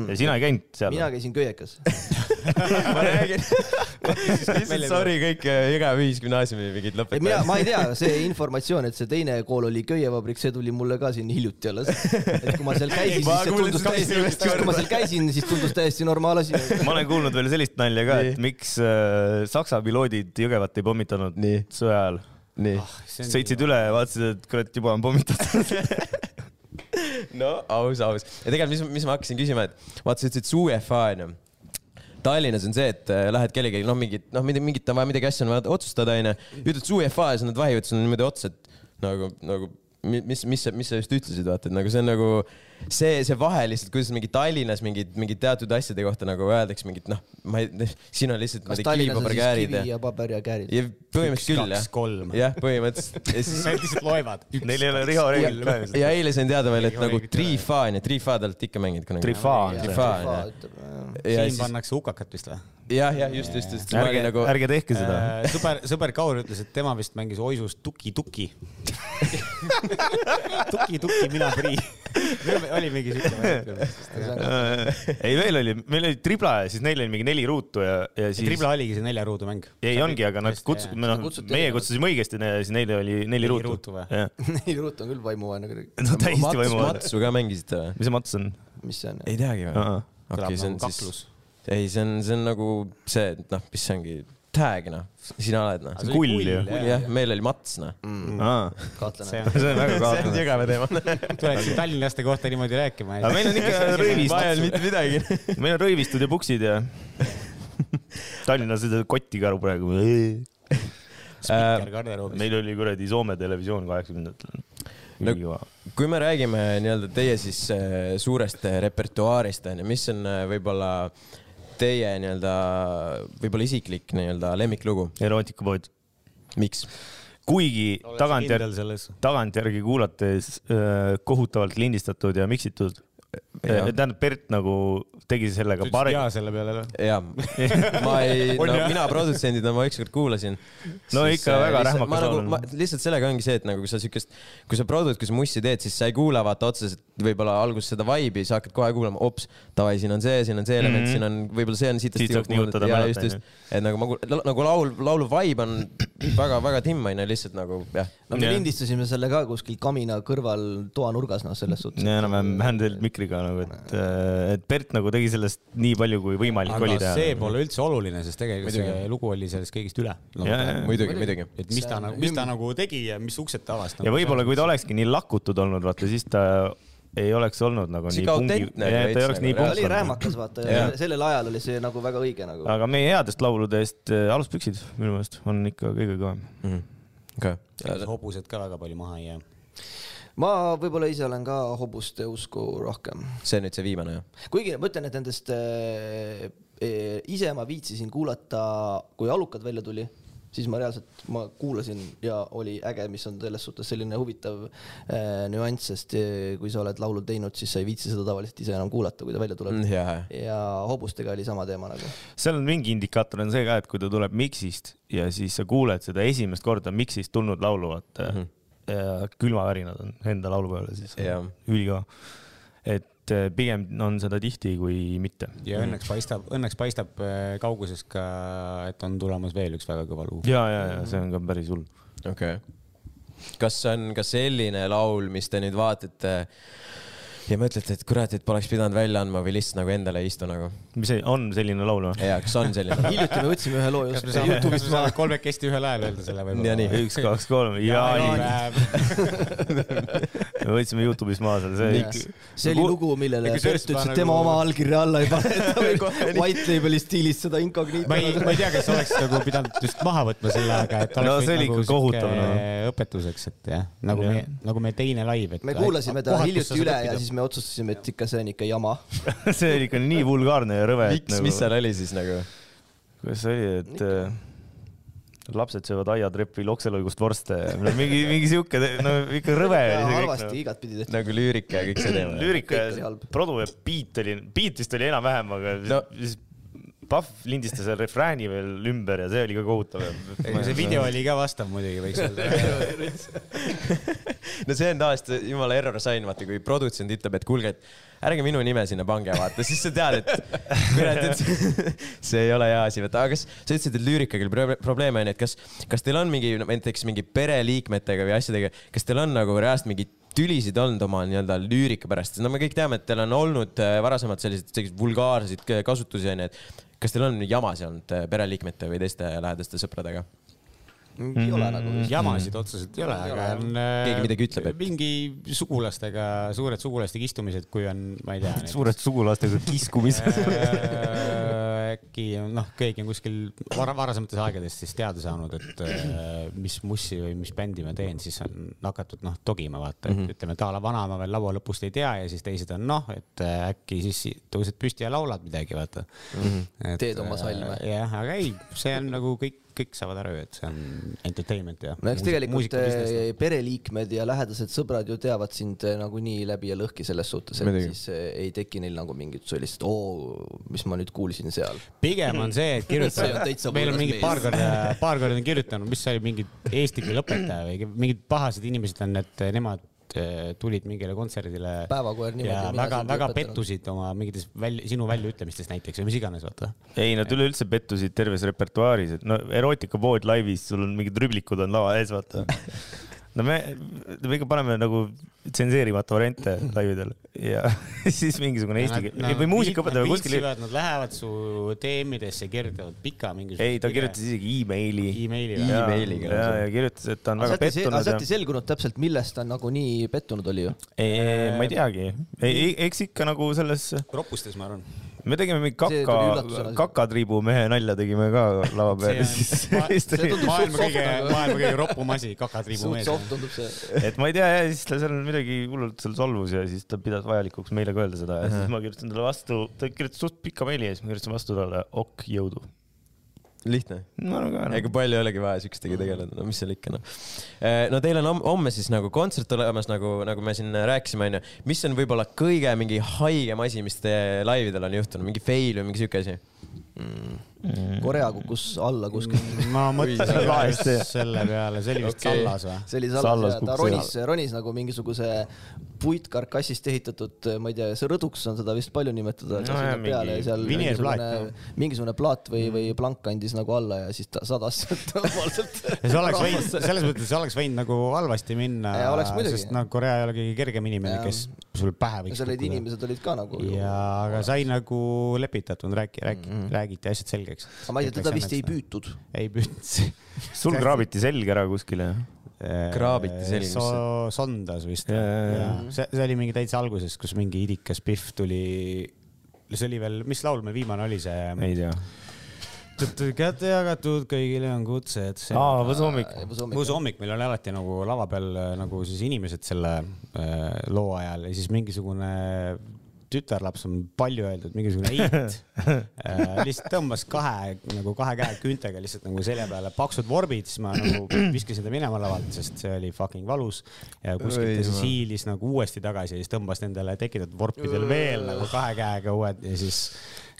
Speaker 2: ja sina ei käinud seal ?
Speaker 4: mina käisin köiekas .
Speaker 1: ma räägin . lihtsalt sorry kõik äh, Jõgeva ühisgümnaasiumi mingid
Speaker 4: ei , mina ,
Speaker 1: lõpetajad .
Speaker 4: ma ei tea , see informatsioon , et see teine kool oli köievabrik , see tuli mulle ka siin hiljuti alles . et kui ma seal käisin ,
Speaker 1: Ma
Speaker 4: siis see
Speaker 1: kuulen
Speaker 4: tundus
Speaker 1: seda
Speaker 4: täiesti ,
Speaker 1: esimest
Speaker 4: siis kui ma seal käisin , siis tundus täiesti normaalasi .
Speaker 2: ma olen kuulnud veel sellist nalja ka , et miks äh, Saksa piloodid Jõgevat ei pommitanud
Speaker 1: Nii.
Speaker 2: sõja ajal .
Speaker 1: nii ,
Speaker 4: Ah.
Speaker 2: Ah,
Speaker 3: Ah,
Speaker 2: sõitsid üle ja vaatasid , et kurat , juba on pommitatud .
Speaker 1: no aus , aus . ja tegelikult , mis , mis ma hakkasin küsima , et vaata , sa ütlesid see UEFA onju . Tallinnas on see , et äh, lähed kellegagi , noh , mingit , noh , mingit on vaja midagi asja on vaja otsustada onju . ütled see UEFA ja siis nad vahivad sulle niimoodi otsa , et nagu , nagu mi- mis , mis , mis sa just ütlesid , vaata , et nagu see on nagu see , see vahe lihtsalt , kuidas mingi Tallinnas mingid , mingid teatud asjade kohta nagu öeldakse mingit , noh , ma ei , siin on lihtsalt .
Speaker 4: kas Tallinnas on siis kivi ja paber ja käärid ?
Speaker 1: ja põhimõtteliselt küll
Speaker 3: kaks, kolm.
Speaker 1: jah , jah põhimõtteliselt ja siis
Speaker 3: Nad lihtsalt loevad .
Speaker 2: Neil ei ole Riho reeglit ka ju .
Speaker 1: ja eile sain teada veel , et
Speaker 3: Ei
Speaker 1: nagu
Speaker 3: olegi
Speaker 1: Trifa on ju , Trifa te olete ikka mänginud kunagi .
Speaker 2: Trifa on see .
Speaker 1: Trifa on jah , ja
Speaker 3: siin
Speaker 1: siis
Speaker 3: pannakse hukakat vist või ?
Speaker 1: jah , jah , just , just , just .
Speaker 2: ärge nagu... , ärge tehke seda .
Speaker 3: sõber , sõber Kaur ütles , et tema vist mängis Oisus tuki-tuki . tuki-tuki , mina prii . oli mingi siuke .
Speaker 2: ei , veel oli , meil oli tribla ja siis neil oli mingi neli ruutu ja , ja siis .
Speaker 3: tribla oligi see nelja ruudu mäng .
Speaker 2: ei ongi , aga nad kutsusid , noh
Speaker 4: kutsuti ,
Speaker 2: meie
Speaker 4: erinevalt.
Speaker 2: kutsusime õigesti , siis neil oli neli ruutu
Speaker 3: ruutu või? .
Speaker 2: no
Speaker 4: Neil ruut on küll vaimuvaene kuidagi .
Speaker 2: täiesti
Speaker 1: Mats ,
Speaker 2: võimalik .
Speaker 1: Matsu ka mängisite või ?
Speaker 2: mis see Mats on ?
Speaker 4: mis see on ?
Speaker 1: ei teagi või ?
Speaker 2: nagu
Speaker 1: okei ,
Speaker 3: nagu
Speaker 1: see on siis , ei , see on , see on nagu see , noh , mis see ongi , tag noh , sina oled noh .
Speaker 2: see on kull ju .
Speaker 1: jah , meil oli Mats noh .
Speaker 2: Mm, see
Speaker 4: kahtlane .
Speaker 2: on väga kaotav .
Speaker 1: Jõgeva teema .
Speaker 3: tuled siin tallinlaste kohta niimoodi rääkima .
Speaker 2: aga meil on ikka
Speaker 1: ma ei
Speaker 2: rõivist ,
Speaker 1: öelnud mitte midagi .
Speaker 2: meil on rõivistud ja puksid ja Tallinnas ei saa kotti ka aru praegu .
Speaker 1: Äh,
Speaker 3: spikker garderoobis .
Speaker 2: meil oli kuradi Soome televisioon kaheksakümnendatel .
Speaker 1: No- kui me räägime nii-öelda teie siis äh, suurest repertuaarist onju , mis on äh, võib-olla teie nii-öelda võib-olla isiklik nii-öelda lemmiklugu ,
Speaker 2: erootikapood .
Speaker 1: miks ?
Speaker 2: kuigi tagantjärgi ,
Speaker 3: kindel selles .
Speaker 2: tagantjärgi kuulates äh, kohutavalt lindistatud ja miksitud .
Speaker 1: Jah.
Speaker 2: tähendab , Bert nagu tegi sellega
Speaker 3: ütlesid
Speaker 2: pare-
Speaker 3: jaa , selle peale või ?
Speaker 1: jaa , ma ei , no
Speaker 3: On jah?
Speaker 1: mina produtsendina ma ükskord kuulasin .
Speaker 2: No ikka väga rähmakas
Speaker 1: ma nagu
Speaker 2: laul , on.
Speaker 1: ma lihtsalt sellega ongi see , et nagu kui sa siukest , kui sa produd , kui sa mussi teed , siis sa ei kuula vaata otseselt võib-olla alguses seda vibe'i , sa hakkad kohe kuulama , ops , davai , siin on see , siin on see element mm ,
Speaker 2: Mhm.
Speaker 1: -hmm. siin on võib-olla see on siit .
Speaker 2: Siit saaks nihutada,
Speaker 1: jaa ,
Speaker 2: mäletan,
Speaker 1: just , just . et nagu ma kuul- , nagu laul , laulu vibe on väga-väga timm on ju , lihtsalt nagu jah .
Speaker 4: no me
Speaker 2: Jah.
Speaker 4: lindistasime selle ka kuskil kamina kõrval toanurgas , noh , selles suhtes .
Speaker 2: Ja enam-vähem handled mikriga nagu , et , et Bert nagu tegi sellest nii palju kui võimalik oli
Speaker 3: aga
Speaker 2: teha .
Speaker 3: see pole üldse oluline , sest tegelikult
Speaker 1: Muidugi.
Speaker 3: see lugu oli sellest kõigist üle .
Speaker 2: Jaa, jaa.
Speaker 1: muidugi , muidugi .
Speaker 3: et mis ta nagu , mis ta nagu tegi ja mis uksed ta avas .
Speaker 2: ja võib-olla , kui ta olekski nii lakutud olnud , vaata siis ta ei oleks olnud nagu nii
Speaker 1: Sihuke
Speaker 2: pungi ,
Speaker 1: autentne
Speaker 2: ta
Speaker 1: veits
Speaker 2: ei oleks
Speaker 1: nagu,
Speaker 2: nii
Speaker 1: jah.
Speaker 4: ta oli
Speaker 2: punktanud .
Speaker 4: räämakas , vaata ,
Speaker 1: Jah.
Speaker 4: sellel ajal oli see nagu väga õige nagu .
Speaker 2: aga meie headest lauludest äh, Aluspüksid minu meelest on ikka kõige kõvem .
Speaker 1: okei .
Speaker 3: hobused ka väga palju maha ei jää .
Speaker 4: ma võib-olla ise olen ka hobuste usku rohkem
Speaker 1: see nüüd see viimane jah ?
Speaker 4: kuigi ma ütlen , et nendest äh, eh, ise ma viitsisin kuulata , kui Alukad välja tuli , siis ma reaalselt , ma kuulasin ja oli äge , mis on selles suhtes selline huvitav äh, nüanss , sest eh, kui sa oled laulu teinud , siis sa ei viitsi seda tavaliselt ise enam kuulata , kui ta välja tuleb .
Speaker 3: Mm.
Speaker 2: Mhm.
Speaker 1: jah , jah .
Speaker 4: ja hobustega oli sama teema nagu .
Speaker 2: seal on mingi indikaator on see ka , et kui ta tuleb miksist ja siis sa kuuled seda esimest korda miksist tulnud laulu , vaata mm . -hmm. külmavärinad on enda laulupeole siis
Speaker 1: Mhm. Jah. .
Speaker 2: ülikõva . et äh, pigem on seda tihti kui mitte .
Speaker 3: ja õnneks paistab , õnneks paistab äh, kauguses ka , et on tulemas veel üks väga kõva lugu .
Speaker 2: ja , ja , ja see on ka päris hull .
Speaker 1: okei okay. . kas see on ka selline laul , mis te nüüd vaatate ja mõtlete , et kurat , et poleks pidanud välja andma või lihtsalt nagu endale ei istu nagu ?
Speaker 2: mis see on selline laul või ?
Speaker 1: jaa , kas on selline ?
Speaker 4: hiljuti me võtsime ühe loo
Speaker 3: kas
Speaker 4: just
Speaker 3: me saame , kas me saame kolmekesti ühel ajal öelda selle võib-olla ?
Speaker 1: Ja nii.
Speaker 2: üks , kaks , kolm , jaanipäev . me võtsime Youtube'is maha selle , see
Speaker 4: Miks?
Speaker 2: ikka .
Speaker 4: see oli lugu , millele
Speaker 3: Ja
Speaker 4: Pett
Speaker 3: kusjuures
Speaker 4: ütles , et
Speaker 3: ma
Speaker 4: tema
Speaker 3: nagu-
Speaker 4: oma allkirja alla ei pane , et ta võib white label'i stiilis seda incognito
Speaker 3: ma ei , ma ei tea , kas oleks nagu pidanud just maha võtma selle , aga et oleks
Speaker 2: No
Speaker 3: võinud
Speaker 2: see oli ikka
Speaker 3: nagu
Speaker 2: kohutav, noh.
Speaker 3: sihuke õpetuseks , et jah , nagu
Speaker 2: Jah.
Speaker 3: me , nagu meie teine live , et
Speaker 4: me kuulasime ta hiljuti üle ja siis me otsustasime , et ikka see on ikka jama .
Speaker 2: see oli ikka nii vulgaarne ja rõve .
Speaker 1: miks , mis seal oli siis nagu ?
Speaker 2: kuidas see oli , et äh, lapsed söövad aiatrepil okseluigust vorste ja no mingi , mingi siuke , no ikka rõve oli see
Speaker 4: halvasti
Speaker 2: kõik .
Speaker 4: igatpidi tehtud .
Speaker 1: nagu lüürika ja kõik see teema ?
Speaker 2: lüürika
Speaker 4: Kõik oli
Speaker 2: ja
Speaker 4: halb.
Speaker 2: produ ja beat oli , beat'ist oli enam-vähem , aga no.
Speaker 1: No.
Speaker 2: siis Pahv lindistas seal refrääni veel ümber ja see oli ka kohutav .
Speaker 3: see video oli ka vastav muidugi , võiks öelda .
Speaker 1: no see on tavaliselt jumala error sign , vaata , kui produtsent ütleb , et kuulge , et ärge minu nime sinna pange , vaata , siis sa tead , et kurat , et see ei ole hea asi , vaata , aga kas sa ütlesid , et lüürikaga oli prob- probleeme onju , et kas , kas teil on mingi no, näiteks mingi pereliikmetega või asjadega , kas teil on nagu reaalselt mingi tülisid olnud oma nii-öelda lüürika pärast , no me kõik teame , et teil on olnud äh, varasemalt selliseid , selliseid vulgaarseid k- kasutusi onju , et kas teil on jamasid olnud äh, pereliikmete või teiste lähedaste sõpradega ?
Speaker 2: Mhm.
Speaker 4: ei ole nagu vist .
Speaker 3: jamasid otseselt ei ole , aga on .
Speaker 1: Keegi midagi ütleb, et-
Speaker 3: mingi sugulastega , suured sugulastega istumised , kui on , ma ei tea .
Speaker 2: suured sugulastega kiskumised .
Speaker 3: äkki noh , keegi on kuskil var varasemates aegades siis teada saanud , et äh, mis mussi või mis bändi ma teen , siis on hakatud noh togima vaata ,
Speaker 4: Mhm.
Speaker 3: et ütleme , et a la vana ma veel laua lõpust ei tea ja siis teised on noh , et äh, äkki siis tõused püsti ja laulad midagi , vaata mm . -hmm.
Speaker 4: Mhm. Teed oma salme.
Speaker 3: jah , aga ei , see on nagu kõik , kõik saavad aru , et see on entertainment ja .
Speaker 4: no eks tegelikult eh,
Speaker 2: noh.
Speaker 4: pereliikmed ja lähedased sõbrad ju teavad sind eh, nagunii läbi ja lõhki selles suhtes , et
Speaker 1: Muidugi.
Speaker 4: siis eh, ei teki neil nagu mingit sellist , oo , mis ma nüüd kuulsin seal .
Speaker 3: pigem on see , et
Speaker 4: See on täitsa
Speaker 3: kirjutada , meil on
Speaker 4: võõras
Speaker 3: mingi
Speaker 4: mees.
Speaker 3: paar korda , paar korda on kirjutanud , mis see oli , mingi eesti keele õpetaja või mingid pahased inimesed on , et nemad eh, tulid mingile kontserdile .
Speaker 4: Päevakoer nimed
Speaker 3: ja
Speaker 4: ja mina
Speaker 3: väga
Speaker 4: sind , ei
Speaker 3: väga
Speaker 4: õpetanud.
Speaker 3: pettusid oma mingites välja , sinu väljaütlemistes näiteks või mis iganes , vaata .
Speaker 2: ei , nad üleüldse pettusid terves repertuaaris , et no erootikapood laivis , sul on mingid rüblikud on lava ees , vaata . no me , me ikka paneme nagu tsenseerimata variante laividel ja siis mingisugune eesti keel või muusikaõpetaja kuskil .
Speaker 3: Nad lähevad su DM-idesse , kirjutavad pika mingisuguse .
Speaker 2: ei , ta kirjutas isegi emaili .
Speaker 3: Emaili või?
Speaker 2: ja ,
Speaker 1: Emailiga
Speaker 2: ja,
Speaker 1: lausa.
Speaker 2: ja kirjutas , et ta on
Speaker 4: aga
Speaker 2: väga
Speaker 4: sealt ei sel- aga
Speaker 2: pettunud ja
Speaker 4: sealt ei . selgunud täpselt , milles ta nagunii pettunud oli ju .
Speaker 2: ei , ei , ma ei teagi , ei , eks ikka nagu selles
Speaker 3: ropustes , ma arvan .
Speaker 2: me tegime mingi
Speaker 4: See tuli üllatusena.
Speaker 2: kaka , kakatriibu mehe nalja tegime ka lava peal ja siis , siis
Speaker 4: see
Speaker 2: tuli ,
Speaker 4: tundub
Speaker 3: maailma
Speaker 4: suht soft
Speaker 3: kõige ,
Speaker 4: nagu ,
Speaker 3: maailma kõige ropum asi , kakatriibu
Speaker 4: suht
Speaker 3: mees .
Speaker 4: soft tundub see .
Speaker 2: et ma ei tea ja siis ta seal midagi hullult seal solvus ja siis ta pidas vajalikuks meile ka öelda seda ja siis ma kirjutasin talle vastu , ta kirjutas suht pika meili ja siis ma kirjutasin vastu talle ok jõudu .
Speaker 1: lihtne .
Speaker 2: ma arvan ka
Speaker 1: ega Mm.
Speaker 2: nagu .
Speaker 1: palju ei olegi vaja siukestega tegeleda , no mis seal ikka noh . no teil on hom- homme siis nagu kontsert olemas , nagu , nagu me siin rääkisime , onju . mis on võib-olla kõige mingi haigem asi , mis te laividel on juhtunud , mingi fail või mingi siuke asi ?
Speaker 2: Mm.
Speaker 4: Korea kukkus alla kuskilt .
Speaker 3: Mm, ma mõtlesin
Speaker 2: Oi,
Speaker 3: ka
Speaker 2: see-
Speaker 3: just selle peale , see oli vist
Speaker 1: Okei.
Speaker 3: Sallas või ?
Speaker 4: see oli
Speaker 2: Sallas
Speaker 4: Sallas ja ta
Speaker 2: kukkus
Speaker 4: ronis , ronis nagu mingisuguse puitkarkassist ehitatud , ma ei tea , see rõduks on seda vist palju nimetada , aga
Speaker 2: No
Speaker 4: sinna
Speaker 2: jah,
Speaker 4: peale
Speaker 2: mingi
Speaker 4: seal
Speaker 3: vinüülplaat,
Speaker 4: mingisugune , mingisugune plaat
Speaker 3: Mm.
Speaker 4: või , või plank andis nagu alla ja siis ta sadas sealt normaalselt .
Speaker 3: ja see oleks võinud , selles mõttes see oleks võinud nagu halvasti minna
Speaker 4: Ja oleks , muidugi.
Speaker 3: sest noh , Korea ei ole kõige kergem inimene
Speaker 4: Jaa. ,
Speaker 3: kes sul pähe
Speaker 4: ja
Speaker 3: võiks
Speaker 4: seal olid
Speaker 3: kukkuda .
Speaker 4: inimesed olid ka nagu .
Speaker 3: ja , aga sai nagu lepitatud , räägi , räägi , räägiti asjad selgeks .
Speaker 4: Mm-hmm. aga ma ei tea , teda vist ei . püütud .
Speaker 3: ei püüdnud .
Speaker 2: sul kraabiti selg ära kuskile jah ?
Speaker 1: Kraabiti selga
Speaker 3: so,
Speaker 1: vist. .
Speaker 3: sondas vist .
Speaker 2: Jaa, jaa, jaa.
Speaker 3: see , see oli mingi täitsa alguses , kus mingi idikas pihv tuli . see oli veel , mis laul meil viimane oli see ?
Speaker 2: ei tea .
Speaker 3: kätte jagatud , kõigile on kutsed .
Speaker 2: aa , võsa hommik .
Speaker 4: Äh,
Speaker 3: muuseas , hommik meil oli alati nagu lava peal äh, nagu siis inimesed selle äh, loo ajal ja siis mingisugune tütarlaps on palju öeldud , mingisugune eit äh, lihtsalt tõmbas kahe nagu kahe käe küüntega lihtsalt nagu selja peale paksud vorbid , siis ma nagu viskasin ta minema lavalt , sest see oli fucking valus . ja kuskilt
Speaker 1: Oi
Speaker 3: ta siis
Speaker 1: jumal.
Speaker 3: hiilis nagu uuesti tagasi ja siis tõmbas nendele tekitatud vorpidele veel nagu kahe käega uued ja siis .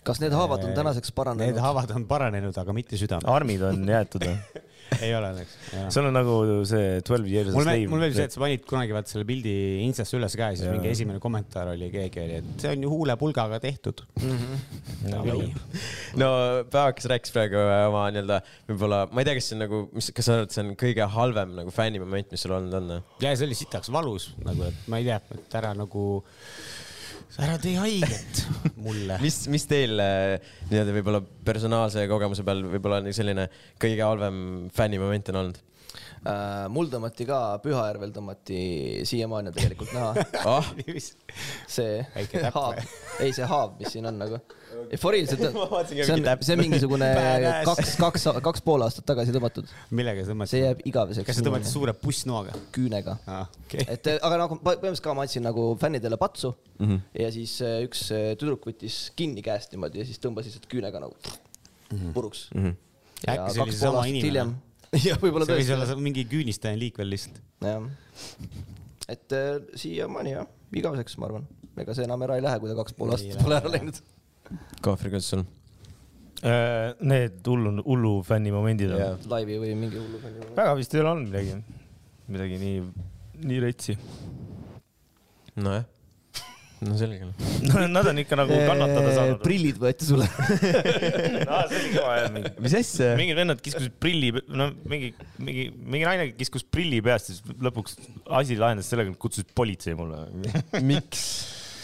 Speaker 4: kas need haavad on tänaseks
Speaker 3: Äh, Need
Speaker 4: paranenud ?
Speaker 3: haavad on paranenud , aga mitte südam .
Speaker 2: armid on jäetud või ?
Speaker 3: ei ole õnneks .
Speaker 2: sul on nagu see Twelve Years a
Speaker 3: mul meeldib ,
Speaker 2: Slave .
Speaker 3: mul meeldib see , et sa panid kunagi vaata selle pildi Instasse üles ka ja siis
Speaker 2: Jaa.
Speaker 3: mingi esimene kommentaar oli , keegi oli , et see on ju huulepulgaga tehtud . Nagu
Speaker 1: no Päevakas rääkis praegu äh, oma nii-öelda võib-olla , ma ei tea , kas see on nagu , mis , kas sa arvad , see on kõige halvem nagu fännimoment , mis sul olnud on ? noh?
Speaker 3: ja see oli sitaks valus nagu , et ma ei tea , et ära nagu , ära tee haiget mulle .
Speaker 1: mis , mis teil äh, nii-öelda võib-olla personaalse kogemuse peal võib-olla nii selline kõige halvem fännimoment on olnud ?
Speaker 4: Äh, mul tõmmati ka , Pühajärvel tõmmati , siiamaani on tegelikult näha
Speaker 1: ah ,
Speaker 4: see
Speaker 3: Väike täpp
Speaker 4: haav
Speaker 3: või? ,
Speaker 4: ei see haav , mis siin on nagu . Foriliselt on
Speaker 1: Ma , vaatasin ka
Speaker 4: see on
Speaker 1: mingi täpp. ,
Speaker 4: see on mingisugune
Speaker 3: Badass.
Speaker 4: kaks , kaks , kaks pool aastat tagasi tõmmatud ,
Speaker 3: millega sa tõmbad
Speaker 4: see ? jääb igaveseks .
Speaker 3: kas sa tõmbad ? suure pussnoaga ?
Speaker 4: küünega .
Speaker 3: okei .
Speaker 4: et eh, aga nagu põhimõtteliselt ka ma andsin nagu fännidele patsu mm
Speaker 1: Mhm,
Speaker 4: -hmm. ja siis eh, üks eh, tüdruk võttis kinni käest niimoodi ja siis tõmbas lihtsalt küünega nagu puruks
Speaker 1: mhm.
Speaker 4: mm . -hmm.
Speaker 3: Mhm. äkki see oli seesama inimene ?.
Speaker 4: jah , võib-olla
Speaker 3: see võis
Speaker 4: tõesti ,
Speaker 3: olla mingi küünistaja liik veel lihtsalt .
Speaker 4: jah . et eh, siiamaani jah , igaveseks ma arvan , ega see enam ära ei lähe , kui ta kaks pool
Speaker 3: Ei
Speaker 4: aastat
Speaker 3: lähe,
Speaker 4: pole ära
Speaker 3: jah.
Speaker 4: läinud .
Speaker 1: Kohvri , kuidas sul ?
Speaker 2: Äh, Need hullu , hullu fännimomendid on
Speaker 1: Jaa.
Speaker 4: laivi või mingi hullu fänni .
Speaker 2: väga vist ei ole olnud midagi , midagi nii , nii retsi .
Speaker 1: nojah , no selge .
Speaker 2: Nad on ikka nagu kannatada saanud .
Speaker 4: prillid võeti sulle .
Speaker 2: see oli kõva jah , mingi ,
Speaker 1: mis asja ?
Speaker 2: mingid vennad kiskusid prilli , no mingi , mingi , mingi naine kiskus prilli peast , siis lõpuks asi lahenes sellega , et kutsusid politsei mulle .
Speaker 1: miks ?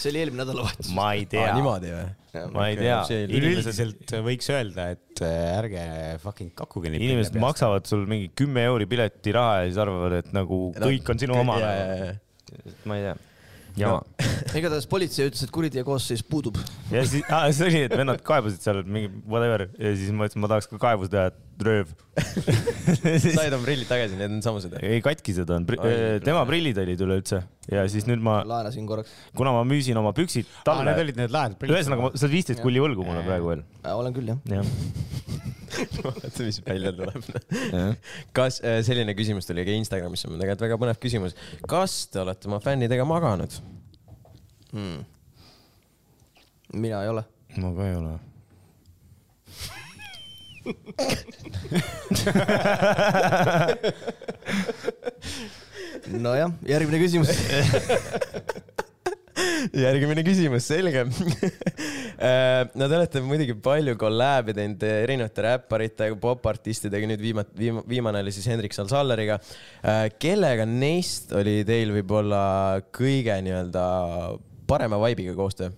Speaker 4: see oli eelmine nädalavahetus .
Speaker 2: ma ei tea ,
Speaker 1: niimoodi või ?
Speaker 2: ma ei tea
Speaker 1: See , oli-
Speaker 2: inimesed ,
Speaker 3: üldiselt võiks öelda , et äh, ärge fucking kakkuge neid .
Speaker 2: inimesed . maksavad sul mingi kümme euri piletiraha ja siis arvavad , et nagu kõik on sinu oma . nagu. ma ei tea . jama .
Speaker 4: igatahes politsei ütles , et kuriteo koosseis puudub .
Speaker 2: ja siis ah, , see oli , et vennad kaebasid seal et mingi whatever ja siis ma ütlesin , ma tahaks ka kaebuse teha , et rööv
Speaker 1: said oma prillid tagasi , need on samused või ?
Speaker 2: ei , katkised on ,
Speaker 1: Oi,
Speaker 2: tema prillid olid üleüldse ja siis nüüd ma ,
Speaker 4: laenasin korraks .
Speaker 2: kuna ma müüsin oma püksid
Speaker 3: aa , need
Speaker 2: talle ,
Speaker 3: olid need lahedad
Speaker 2: ühesõnaga ma- sa oled viisteist kulli võlgu mulle praegu veel .
Speaker 4: Äh, olen küll jah .
Speaker 2: jah ,
Speaker 1: vaata , mis välja tuleb . kas äh, selline küsimus tuli ka Instagramis , on tegelikult väga põnev küsimus . kas te olete oma fännidega maganud ?
Speaker 4: Hmm. mina ei ole .
Speaker 2: ma ka ei ole .
Speaker 4: nojah , järgmine küsimus .
Speaker 1: järgmine küsimus , selge . no te olete muidugi palju kolläabi teinud erinevate räpparitega , popartistidega , nüüd viima- , viima- , viimane oli siis Hendrik Salsalleriga . kellega neist oli teil võib-olla kõige nii-öelda parema vibe'iga koostöö ?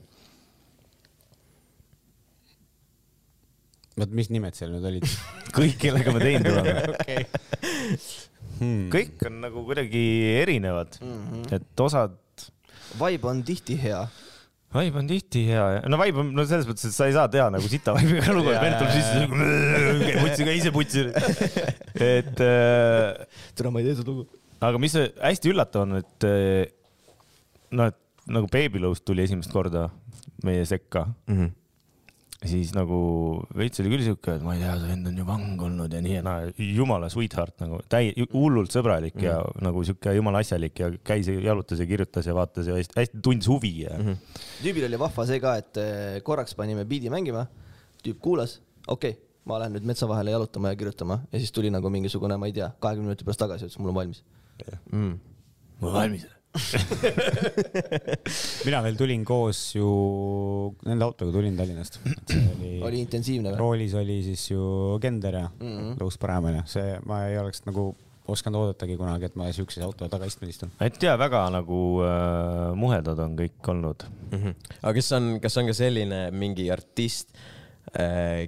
Speaker 3: vot mis nimed seal nüüd olid ?
Speaker 2: kõik , kellega ma teinud olen .
Speaker 3: okei .
Speaker 2: kõik on nagu kuidagi erinevad , et osad
Speaker 4: Vibe on tihti hea
Speaker 2: Vibe on tihti hea ja , no Vibe on , no selles mõttes , et sa ei saa teha nagu sita Vibe'iga lugu , et vend tuleb sisse , putsi ka ise putsi . et äh,
Speaker 4: täna ma ei tee seda lugu .
Speaker 2: aga mis hästi üllatav on , et äh, noh , et nagu Baby Lost tuli esimest korda meie sekka ,
Speaker 1: mm .
Speaker 2: siis nagu veits oli küll siuke , et ma ei tea , see vend on ju vang olnud ja nii ja naa , jumala sweetheart nagu täi- , hullult sõbralik ja nagu siuke jumala asjalik ja käis ja jalutas ja kirjutas ja vaatas ja hästi, hästi tundis huvi ja mm . -hmm.
Speaker 4: tüübil oli vahva see ka , et eh, korraks panime biidi mängima , tüüp kuulas , okei okay, , ma lähen nüüd metsa vahele jalutama ja kirjutama ja siis tuli nagu mingisugune , ma ei tea , kahekümne minuti pärast tagasi , ütles mul on valmis .
Speaker 1: Mm.
Speaker 2: ma olen valmis
Speaker 3: mina veel tulin koos ju nende autoga tulin Tallinnast .
Speaker 4: oli intensiivne või ? Mhm.
Speaker 3: roolis oli siis ju Gender ja mm -hmm. Lõus Paremane , see ma ei oleks nagu osanud oodatagi kunagi , et ma siukses auto tagaistmel istun .
Speaker 2: et ja väga nagu äh, muhedad on kõik olnud .
Speaker 1: Mm -hmm. aga kas on , kas on ka selline mingi artist ,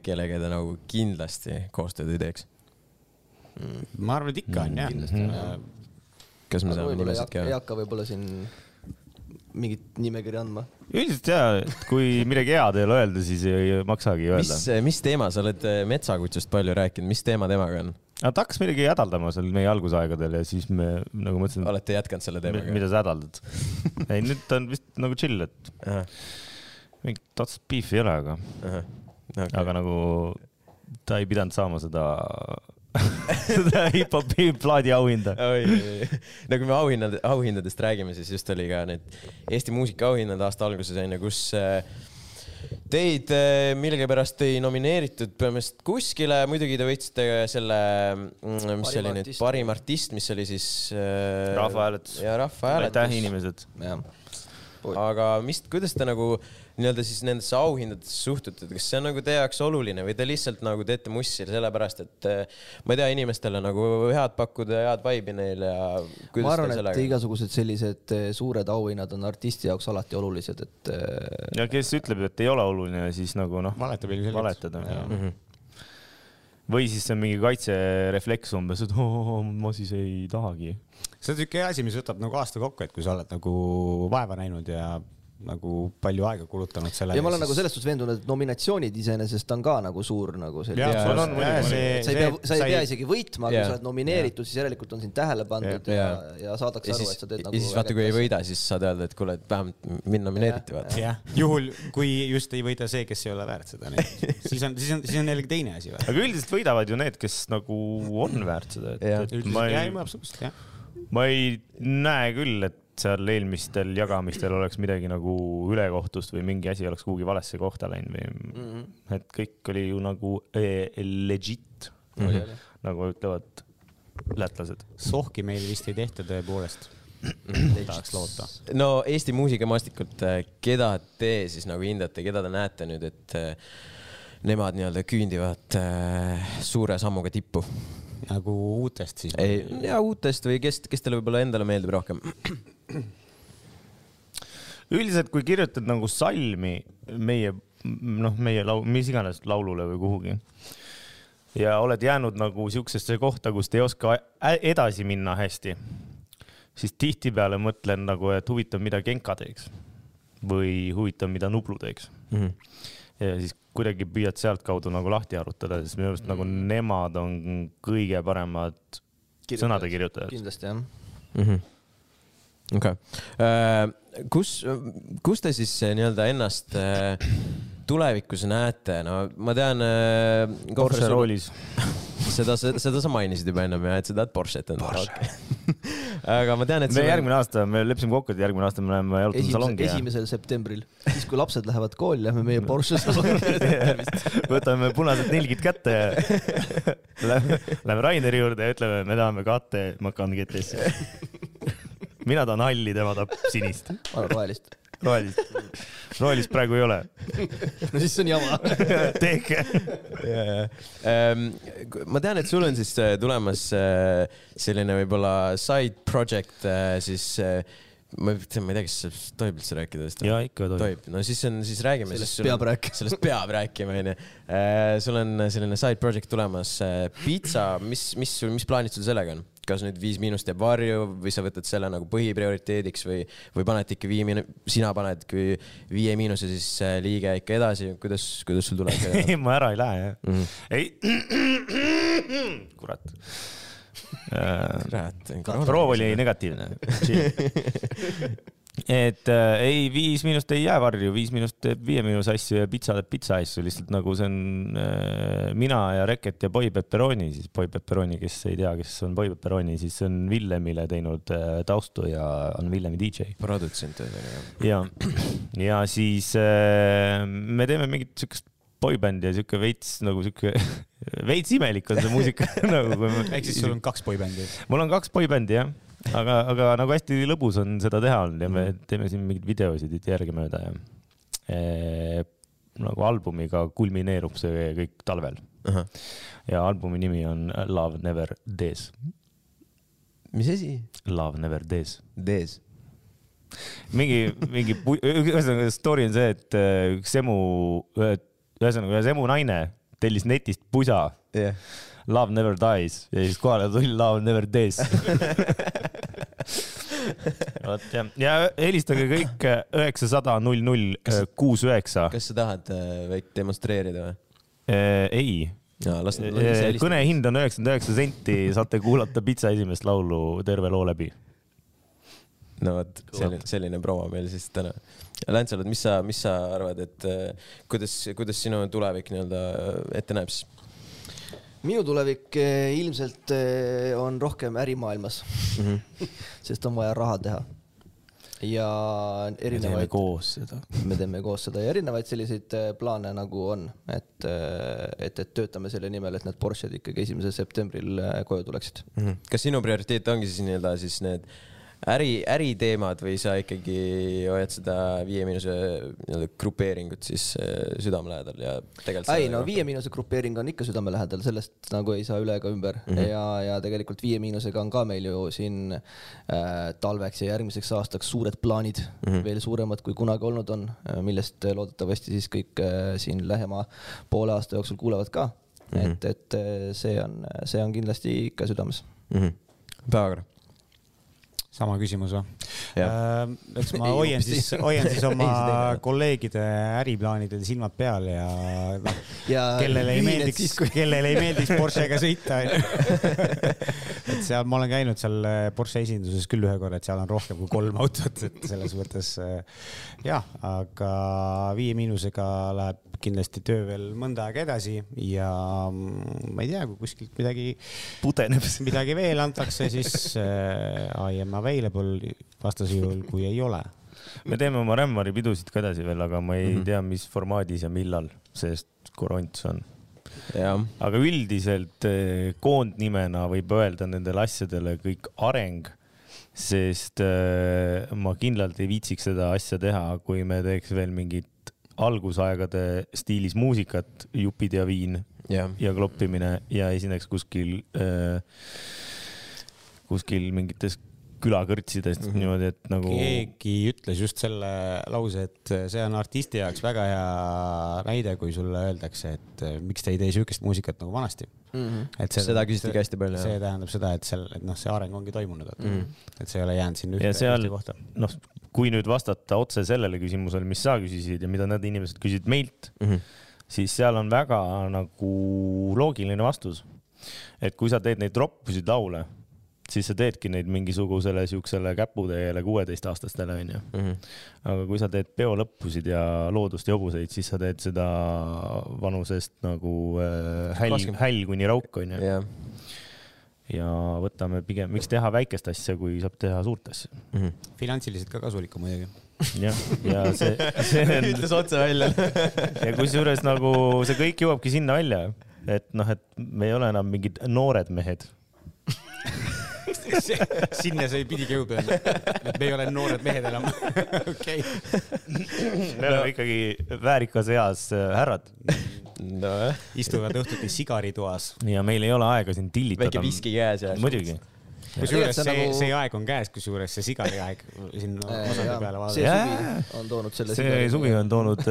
Speaker 1: kellega te nagu kindlasti koostööd ei teeks ?
Speaker 3: ma arvan , et ikka
Speaker 4: Mhm.
Speaker 3: on jah . Äh,
Speaker 1: kas me saame
Speaker 4: võib-olla ei
Speaker 1: nimesid
Speaker 4: hakka ,
Speaker 1: ka
Speaker 4: ei ? hakka võib-olla siin mingit nimekirja andma .
Speaker 2: üldiselt ja , et kui midagi head ei ole öelda , siis ei maksagi
Speaker 1: mis
Speaker 2: öelda .,
Speaker 1: mis teema , sa oled eh, metsakutsust palju rääkinud , mis teema temaga on ?
Speaker 2: aga ta hakkas midagi hädaldama seal meie algusaegadel ja siis me nagu mõtlesime ,
Speaker 1: olete jätkanud selle teemaga ?
Speaker 2: mida sa hädaldad . ei , nüüd ta on vist nagu chill , et mingit otsest beefi ei ole , aga okay. ,
Speaker 1: aga
Speaker 2: aga nagu ta ei pidanud saama seda , seda hip-hopi plaadi auhinda .
Speaker 1: oi , oi , oi . no kui me auhinnad , auhindadest räägime , siis just oli ka need Eesti muusikaauhinnad aasta alguses onju , kus äh, teid äh, millegipärast ei nomineeritud põhimõtteliselt kuskile , muidugi te võitsite selle , mis see oli nüüd ,
Speaker 4: artist.
Speaker 1: parim artist , mis oli siis äh,
Speaker 2: Rahvahääletus.
Speaker 1: ja
Speaker 2: aitäh ,
Speaker 1: rahvahääletus .
Speaker 2: inimesed .
Speaker 4: jah ,
Speaker 1: aga mis , kuidas te nagu nii-öelda siis nendesse auhindadesse suhtute , et kas see on nagu teie jaoks oluline või te lihtsalt nagu teete mussi sellepärast , et äh, ma ei tea , inimestele nagu head pakkuda , head vibe'i neile ja
Speaker 4: ma
Speaker 1: kuidas
Speaker 4: arvan ,
Speaker 1: te
Speaker 4: et
Speaker 1: sellega ?
Speaker 4: igasugused sellised eh, suured auhinnad on artisti jaoks alati olulised , et eh,
Speaker 2: ja kes ütleb , et ei ole oluline , siis nagu noh ,
Speaker 3: valetab ilmselgelt .
Speaker 2: valetada . või siis see on mingi kaitserefleks umbes , et oo, ma siis ei tahagi .
Speaker 3: see on siuke asi , mis võtab nagu aasta kokku , et kui sa oled nagu vaeva näinud ja nagu palju aega kulutanud sellele .
Speaker 4: ja ma olen nagu selles suhtes veendunud , et nominatsioonid iseenesest on ka nagu suur nagu selline .
Speaker 1: Jaa,
Speaker 3: on ,
Speaker 1: on- on
Speaker 3: on muidugi .
Speaker 2: muidugi.
Speaker 4: sa ei pea , sa ei pea isegi võitma , aga kui
Speaker 1: Jaa.
Speaker 4: sa oled nomineeritud , siis järelikult on sind tähele pandud ja,
Speaker 1: Jaa.
Speaker 4: ja saadakse
Speaker 1: ja
Speaker 4: aru ,
Speaker 1: siis ,
Speaker 4: et sa teed
Speaker 1: ja
Speaker 4: nagu .
Speaker 1: siis vaata , kui ei . võida , siis saad öelda , et kuule , et vähemalt mind nomineeriti , vaata .
Speaker 3: jah , juhul kui just ei võida see , kes ei ole väärt seda , siis on , siis on , siis on jällegi teine asi või ?
Speaker 2: aga üldiselt võidavad ju need , kes nagu on väärt seda ,
Speaker 1: Jah.
Speaker 2: et , et ma ei
Speaker 3: üldiselt , absoluutselt jah .
Speaker 2: ma ei näe küll , et seal eelmistel jagamistel oleks midagi nagu ülekohtust või mingi asi oleks kuhugi valesse kohta läinud või mm , -hmm. et kõik oli ju nagu eh, legit mm , -hmm. nagu ütlevad lätlased .
Speaker 3: sohki meil vist ei tehta tõepoolest . tahaks loota .
Speaker 1: no Eesti muusikamaastikult , keda te siis nagu hindate , keda te näete nüüd , et äh, nemad nii-öelda küündivad äh, suure sammuga tippu ?
Speaker 3: nagu uutest siis .
Speaker 1: ei , ja uutest või kes , kes teile võib-olla endale meeldib rohkem ?
Speaker 2: üldiselt , kui kirjutad nagu salmi meie , noh , meie laul , mis iganes laulule või kuhugi ja oled jäänud nagu siuksesse kohta , kust ei oska ä- edasi minna hästi , siis tihtipeale mõtlen nagu , et huvitav , mida Genka teeks või huvitav , mida Nublu teeks
Speaker 1: Mhm.
Speaker 2: ja siis kuidagi püüad sealtkaudu nagu lahti arutada , sest minu arust nagu nemad on kõige paremad
Speaker 4: Kirjutajad.
Speaker 2: sõnade kirjutajad .
Speaker 4: kindlasti jah .
Speaker 1: Mhm. okei , kus , kus te siis äh, nii-öelda ennast äh, tulevikus näete , no ma tean .
Speaker 2: Porsche roolis .
Speaker 1: seda , seda sa mainisid juba ennem ja et sa tahad Porsche't endale . aga ma tean , et
Speaker 2: me . järgmine aasta , me leppisime kokku , et järgmine aasta me läheme jalutama
Speaker 4: esimesel ,
Speaker 2: salongi ja
Speaker 4: esimesel septembril , siis kui lapsed lähevad kooli , lähme meie Porsche salongi .
Speaker 2: võtame punased nilgid kätte ja lähme, lähme Raineri juurde ja ütleme , me tahame KT Macan GT-sse . mina tahan halli , tema tahab sinist ,
Speaker 4: ma olen rohelist .
Speaker 2: rohelist . rohelist praegu ei ole .
Speaker 4: no siis see on jama .
Speaker 2: tehke .
Speaker 1: Ähm, ma tean , et sul on siis äh, tulemas äh, selline võib-olla side project äh, siis , ma ei tea , ma ei tea , kas tohib üldse rääkida sellest ?
Speaker 2: ja ikka tohib .
Speaker 1: tohib , no siis on , siis räägime .
Speaker 4: Sellest peab rääkima.
Speaker 1: sellest peab rääkima , onju . Äh, sul on selline side project tulemas , pitsa , mis , mis , mis plaanid sul sellega on ? kas nüüd Viis Miinust jääb varju või sa võtad selle nagu põhiprioriteediks või , või paned ikka Viie Miinus , sina paned ikka Viie Miinuse siis äh, liige ikka edasi , kuidas , kuidas sul tuleb ? Mhm.
Speaker 2: ei , ma ära ei lähe jah mm . -hmm. ei , kurat . Äh, proov oli . negatiivne . et äh, ei , Viis Miinust ei jää varju , Viis Miinust teeb Viie Miinuse asju ja Pitsa teeb Pitsa asju , lihtsalt nagu see on äh, mina ja Reket ja Boy Pepperoni , siis Boy Pepperoni , kes ei tea , kes on Boy Pepperoni , siis on Villemile teinud äh, taustu ja on Villemi DJ
Speaker 1: produtsent ühesõnaga .
Speaker 2: ja , ja siis äh, me teeme mingit siukest boybändi ja siuke veits nagu siuke veits imelik on see muusika nagu .
Speaker 3: ehk siis sul on kaks boybändi .
Speaker 2: mul on kaks boybändi jah , aga , aga nagu hästi lõbus on seda teha olnud ja me teeme siin mingeid videosid nüüd järgemööda ja e, nagu albumiga kulmineerub see kõik talvel ja albumi nimi on Love Never Days ,
Speaker 1: mis asi ?
Speaker 2: Love Never Days
Speaker 1: Dees .
Speaker 2: mingi , mingi , ühesõnaga story on see , et äh, üks emu , ühesõnaga ühes emu naine tellis netist pusa
Speaker 1: jah .
Speaker 2: Love never dies ja siis kohale tuli Love never days . vot jah , ja helistage kõik äh, üheksasada null null äh, kuus üheksa .
Speaker 1: kas sa tahad äh, väike demonstreerida või ?
Speaker 2: ei ,
Speaker 1: jaa , las
Speaker 2: Äh,
Speaker 1: nad ise helistavad .
Speaker 2: kõnehind on üheksakümmend üheksa senti , saate kuulata pitsa esimest laulu terve loo läbi .
Speaker 1: no vot , selline , selline promo meil siis täna . Lantsalad , mis sa , mis sa arvad , et äh, kuidas , kuidas sinu tulevik nii-öelda eh, ette näeb siis ?
Speaker 4: minu tulevik eh, ilmselt eh, on rohkem ärimaailmas mm ,
Speaker 2: Mhm.
Speaker 4: -hmm. sest on vaja raha teha . ja erinevaid ,
Speaker 2: koos seda .
Speaker 4: me teeme koos seda ja erinevaid selliseid eh, plaane nagu on , et , et , et töötame selle nimel , et need Porsche'd ikkagi esimesel septembril eh, koju tuleksid .
Speaker 1: mm . -hmm. kas sinu prioriteet ongi siis nii-öelda siis need äri , äriteemad või sa ikkagi hoiad seda Viie Miinuse nii-öelda grupeeringut siis äh, südamelähedal ja tegelikult .
Speaker 4: ei no Viie Miinuse grupeering on ikka südame lähedal , sellest nagu ei saa üle ega ümber mm -hmm. ja , ja tegelikult Viie Miinusega on ka meil ju siin äh, talveks ja järgmiseks aastaks suured plaanid mm , -hmm. veel suuremad kui kunagi olnud on , millest loodetavasti siis kõik äh, siin lähema poole aasta jooksul kuulevad ka mm . -hmm. et , et äh, see on , see on kindlasti ikka südames .
Speaker 1: mm -hmm. . päevakorra .
Speaker 3: sama küsimus või ?
Speaker 1: Jah.
Speaker 3: eks ma
Speaker 4: Ei,
Speaker 3: hoian
Speaker 4: hoopis
Speaker 3: siis
Speaker 4: ei. ,
Speaker 3: hoian siis
Speaker 1: Ei,
Speaker 3: oma
Speaker 1: seda ei ole.
Speaker 3: kolleegide äriplaanidel silmad peal ja noh ,
Speaker 4: Ja
Speaker 3: kellele ei
Speaker 4: ühined
Speaker 3: meeldiks
Speaker 4: Äh, siis, kui- ,
Speaker 3: kellele ei meeldiks Porschega sõita , onju . et seal , ma olen käinud seal äh, Porsche esinduses küll ühe korra , et seal on rohkem kui kolm autot , et selles mõttes äh, jah , aga viie miinusega läheb kindlasti töö veel mõnda aega edasi ja mm, ma ei tea , kui kuskilt midagi
Speaker 2: pudeneb
Speaker 3: Kui midagi veel antakse , siis äh, I am available vastasel juhul , kui ei ole .
Speaker 2: me teeme oma Rämmari pidusid ka edasi veel , aga ma ei
Speaker 1: Mhm.
Speaker 2: mm -hmm. tea , mis formaadis ja millal , sest korants on .
Speaker 1: jah ,
Speaker 2: aga üldiselt eh, koondnimena võib öelda nendele asjadele kõik areng , sest eh, ma kindlalt ei viitsiks seda asja teha , kui me teeks veel mingit algusaegade stiilis muusikat , jupid ja viin
Speaker 1: jah .
Speaker 2: ja kloppimine ja esineks kuskil äh, , kuskil mingites külakõrtsides mm -hmm. niimoodi , et nagu .
Speaker 3: keegi ütles just selle lause , et see on artisti jaoks väga hea näide , kui sulle öeldakse , et äh, miks te ei tee siukest muusikat nagu vanasti mm . -hmm. et
Speaker 1: Seda küsiti ka hästi palju, jah.
Speaker 3: jah . see tähendab seda , et seal , et noh , see areng ongi toimunud , et mm , -hmm. et see ei ole jäänud sinna ühte
Speaker 2: ja seal
Speaker 3: ühte kohta .,
Speaker 2: noh , kui nüüd vastata otse sellele küsimusele , mis sa küsisid ja mida need inimesed küsisid meilt mm ,
Speaker 3: Mhm.
Speaker 2: -hmm. siis seal on väga nagu loogiline vastus . et kui sa teed neid roppusid laule , siis sa teedki neid mingisugusele siuksele käputäiele kuueteistaastastele ,
Speaker 3: Mhm.
Speaker 2: onju . aga kui sa teed peo lõppusid ja loodust ja hobuseid , siis sa teed seda vanusest nagu äh, häll
Speaker 1: Raskem. ,
Speaker 2: häll kuni rauk , onju .
Speaker 1: jah ,
Speaker 2: ja võtame pigem , miks teha väikest asja , kui saab teha suurt asja
Speaker 3: finantsiliselt ka kasulikum muidugi .
Speaker 2: jah , ja see , see on
Speaker 1: ütles otse välja .
Speaker 2: ja kusjuures nagu see kõik jõuabki sinna välja , et noh , et me ei ole enam mingid noored mehed .
Speaker 3: sinna see pidigi jõudma , et me ei ole noored mehed enam . okei .
Speaker 2: me oleme ikkagi väärikas eas äh, härrad
Speaker 1: nojah ,
Speaker 3: istuvad õhtuti sigaritoas
Speaker 2: ja meil ei ole aega siin tillitada .
Speaker 1: väike viski käes ja .
Speaker 2: muidugi ,
Speaker 3: kusjuures
Speaker 4: Tegelikult see
Speaker 3: see, see ,
Speaker 4: nagu- Äh,
Speaker 3: see aeg on käes , kusjuures see sigari aeg siin osade peale vaadata .
Speaker 4: see
Speaker 2: Jaa.
Speaker 4: suvi on toonud selle .
Speaker 2: äh, see suvi on toonud ,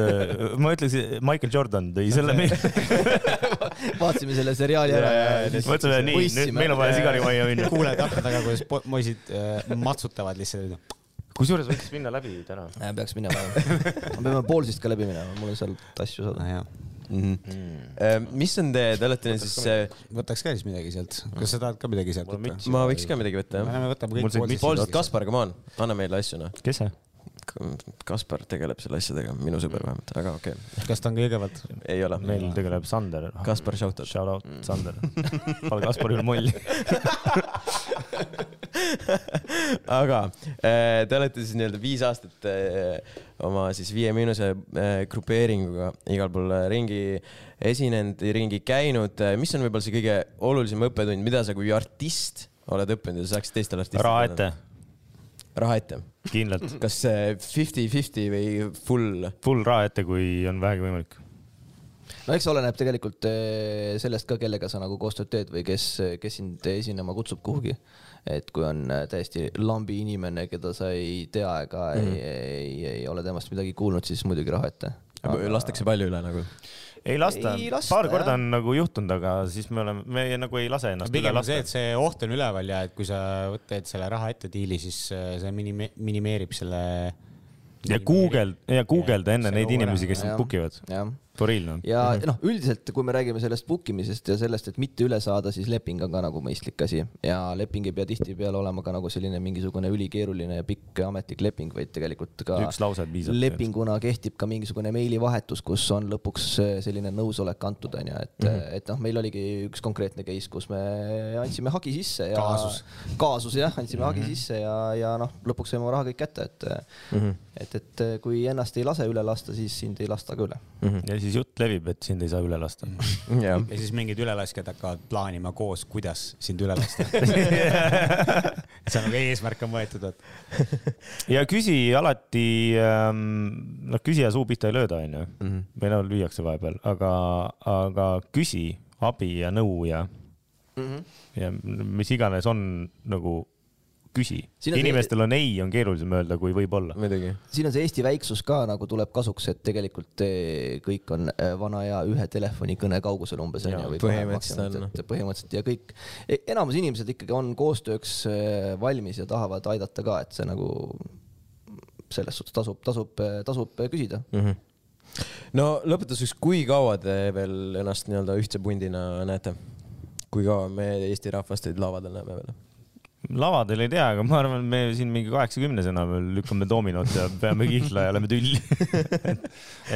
Speaker 2: ma ütleksin , Michael Jordan tõi selle meile .
Speaker 4: vaatasime selle seriaali ära ja, ja, ja
Speaker 2: mõtlesime nii , nüüd meil on vaja sigarimajja minna .
Speaker 3: kuuled akna taga , kuidas po- poisid äh, matsutavad lihtsalt . noh,
Speaker 2: kusjuures võiks minna läbi täna .
Speaker 4: Äh, peaks minema jah . me peame Poolsist ka läbi minema , mul on seal asju saada .
Speaker 3: nojah ,
Speaker 1: Mm. Eh, mis on te , te olete nüüd siis ,
Speaker 3: võtaks ka siis midagi sealt , kas sa tahad ka midagi sealt
Speaker 2: Mul on
Speaker 3: võtta
Speaker 2: müts. ?
Speaker 1: ma võiks ka midagi võtta
Speaker 3: me
Speaker 1: jah ?
Speaker 3: läheme võtame
Speaker 2: Mul
Speaker 3: kõik
Speaker 2: said müts
Speaker 1: poolsed ,
Speaker 3: poolsed .
Speaker 1: Kaspar , come on , anna meile asju noh .
Speaker 2: kes see ?
Speaker 1: Kaspar tegeleb selle asjadega , minu sõber vähemalt , aga okei okay. ,
Speaker 3: kas ta on kõigepealt ?
Speaker 1: ei ole .
Speaker 2: meil tegeleb Sander .
Speaker 1: Kaspar Šautov .
Speaker 2: Shout out Sander . pane Kasparil molli .
Speaker 1: aga äh, te olete siis nii-öelda viis aastat äh, oma siis Viie Miinuse äh, grupeeringuga igal pool äh, ringi esinenud , ringi käinud . mis on võib-olla see kõige olulisem õppetund , mida sa kui artist oled õppinud ja saaksid teistele artistidele ?
Speaker 2: raha ette ,.
Speaker 1: raha ette .
Speaker 2: kindlalt .
Speaker 1: kas eh, fifty-fifty või full ?
Speaker 2: full raha ette , kui on vähegi võimalik .
Speaker 4: no eks oleneb tegelikult eh, sellest ka , kellega sa nagu koostööd teed või kes , kes sind esinema kutsub kuhugi . et kui on eh, täiesti lambi inimene , keda sa ei tea ega mm -hmm. ei, ei , ei ole temast midagi kuulnud , siis muidugi raha ette .
Speaker 1: lastakse palju üle nagu .
Speaker 2: ei lasta
Speaker 4: Ei lasta, ,
Speaker 2: paar korda
Speaker 4: jah.
Speaker 2: on nagu juhtunud , aga siis me oleme , me nagu ei lase ennast üle
Speaker 3: pigem on see , et .
Speaker 2: lasta
Speaker 3: see oht on üleval ja et kui sa teed selle raha ette diili , siis äh, see minime- , minimeerib selle .
Speaker 2: ja guugelda , ja guugelda enne
Speaker 3: see
Speaker 2: neid
Speaker 3: õue
Speaker 2: inimesi ,
Speaker 3: ära.
Speaker 2: kes sind book ivad .
Speaker 4: jah
Speaker 2: Toriilne on . Mhm.
Speaker 4: ja noh , üldiselt kui me räägime sellest book imisest ja sellest , et mitte üle saada , siis leping on ka nagu mõistlik asi ja leping ei pea tihtipeale olema ka nagu selline mingisugune ülikeeruline ja pikk ametlik leping , vaid tegelikult ka
Speaker 2: Üks lause piisab.
Speaker 4: lepinguna kehtib ka mingisugune meilivahetus , kus on lõpuks äh, selline nõusolek antud , onju , et
Speaker 2: Mhm.
Speaker 4: mm , -hmm. et noh , meil oligi üks konkreetne case , kus me andsime hagi sisse ja
Speaker 3: Kaasus.
Speaker 4: kaasus jah , andsime mm -hmm.
Speaker 2: Mhm.
Speaker 4: hagi sisse ja , ja noh , lõpuks saime oma raha kõik kätte , et mm ,
Speaker 2: Mhm.
Speaker 4: -hmm. et , et kui ennast ei lase üle lasta , siis sind ei lasta ka üle
Speaker 2: ja siis jutt levib , et sind ei saa üle lasta .
Speaker 1: jah .
Speaker 3: ja siis mingid ülelaskjad hakkavad plaanima koos , kuidas sind üle lasta . et see on nagu eesmärk on võetud , et
Speaker 2: ja küsi alati ähm, , noh , küsija suu pihta ei lööda , onju .
Speaker 4: Mhm.
Speaker 2: või no lüüakse vahepeal , aga , aga küsi abi ja nõu ja
Speaker 4: Mhm.
Speaker 2: ja mis iganes on nagu , küsi .
Speaker 4: Siin on see-
Speaker 2: inimestel on ei , on keerulisem öelda kui võib-olla .
Speaker 1: muidugi .
Speaker 4: siin on see Eesti väiksus ka nagu tuleb kasuks , et tegelikult eh, kõik on eh, vana hea ühe telefonikõne kaugusel umbes
Speaker 1: Jaa,
Speaker 4: onju .
Speaker 1: põhimõtteliselt on.
Speaker 4: põhimõtteliselt ja kõik , enamus inimesed ikkagi on koostööks eh, valmis ja tahavad aidata ka , et see nagu selles suhtes tasub , tasub , tasub küsida .
Speaker 1: no lõpetuseks , kui kaua te veel ennast nii-öelda ühtse pundina näete ? kui kaua me Eesti rahvast teid lavadel näeme veel ?
Speaker 2: lavadel ei tea , aga ma arvan , me siin mingi kaheksakümnesena veel lükkame doominot ja peame kihla ja lähme tülli .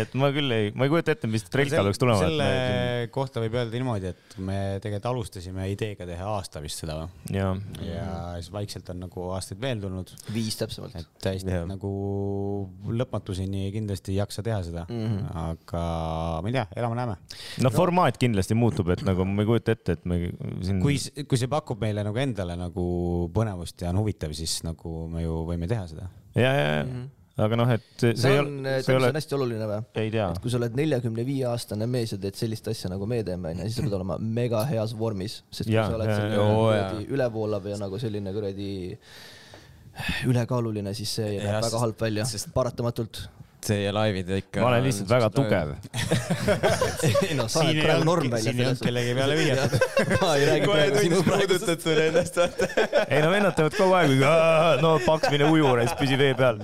Speaker 2: et ma küll ei , ma ei kujuta ette , mis trelkal peaks tulema .
Speaker 3: selle kohta võib öelda niimoodi , et me tegelikult alustasime ideega teha aasta vist seda või ?
Speaker 2: ja ,
Speaker 3: ja siis vaikselt on nagu aastaid veel tulnud ,
Speaker 4: viis täpsemalt .
Speaker 3: et täiesti
Speaker 1: Jah.
Speaker 3: yeah. nagu lõpmatuseni kindlasti ei jaksa teha seda mm ,
Speaker 2: Mhm.
Speaker 3: -hmm. aga ma ei tea , elame-näeme
Speaker 2: no formaat kindlasti muutub , et nagu ma ei kujuta ette , et me siin .
Speaker 3: kui , kui see pakub meile nagu endale nagu põnevust ja on huvitav , siis nagu me ju võime teha seda .
Speaker 2: ja , ja , ja , aga noh , et see, see
Speaker 4: Mhm. see
Speaker 2: ei
Speaker 4: on ,
Speaker 2: ole ,
Speaker 4: see
Speaker 2: see ei ole
Speaker 4: on , hästi oluline või ?
Speaker 2: ei tea .
Speaker 4: et kui sa oled neljakümne viie aastane mees ja teed sellist asja nagu meie teeme , onju , siis sa pead olema mega heas vormis , sest kui
Speaker 2: Jaa,
Speaker 4: sa oled
Speaker 2: jaa,
Speaker 4: selline
Speaker 1: jaa. Oo,
Speaker 4: kuradi ülevoolav ja nagu selline kuradi ülekaaluline , siis see
Speaker 1: Jaa,
Speaker 4: näeb
Speaker 1: sest-
Speaker 4: väga halb välja , paratamatult .
Speaker 1: Teie laivid ikka .
Speaker 2: ma olen lihtsalt väga . tugev .
Speaker 4: no sa oled praegu norm välja .
Speaker 3: siin ei olnud kellegi peale viidatud .
Speaker 4: ma ei räägi praegu sinu praegu .
Speaker 1: puudutad sulle ennast , vaata .
Speaker 2: ei no vennad teevad kogu aeg , no paks mine uju ja siis püsi vee peal .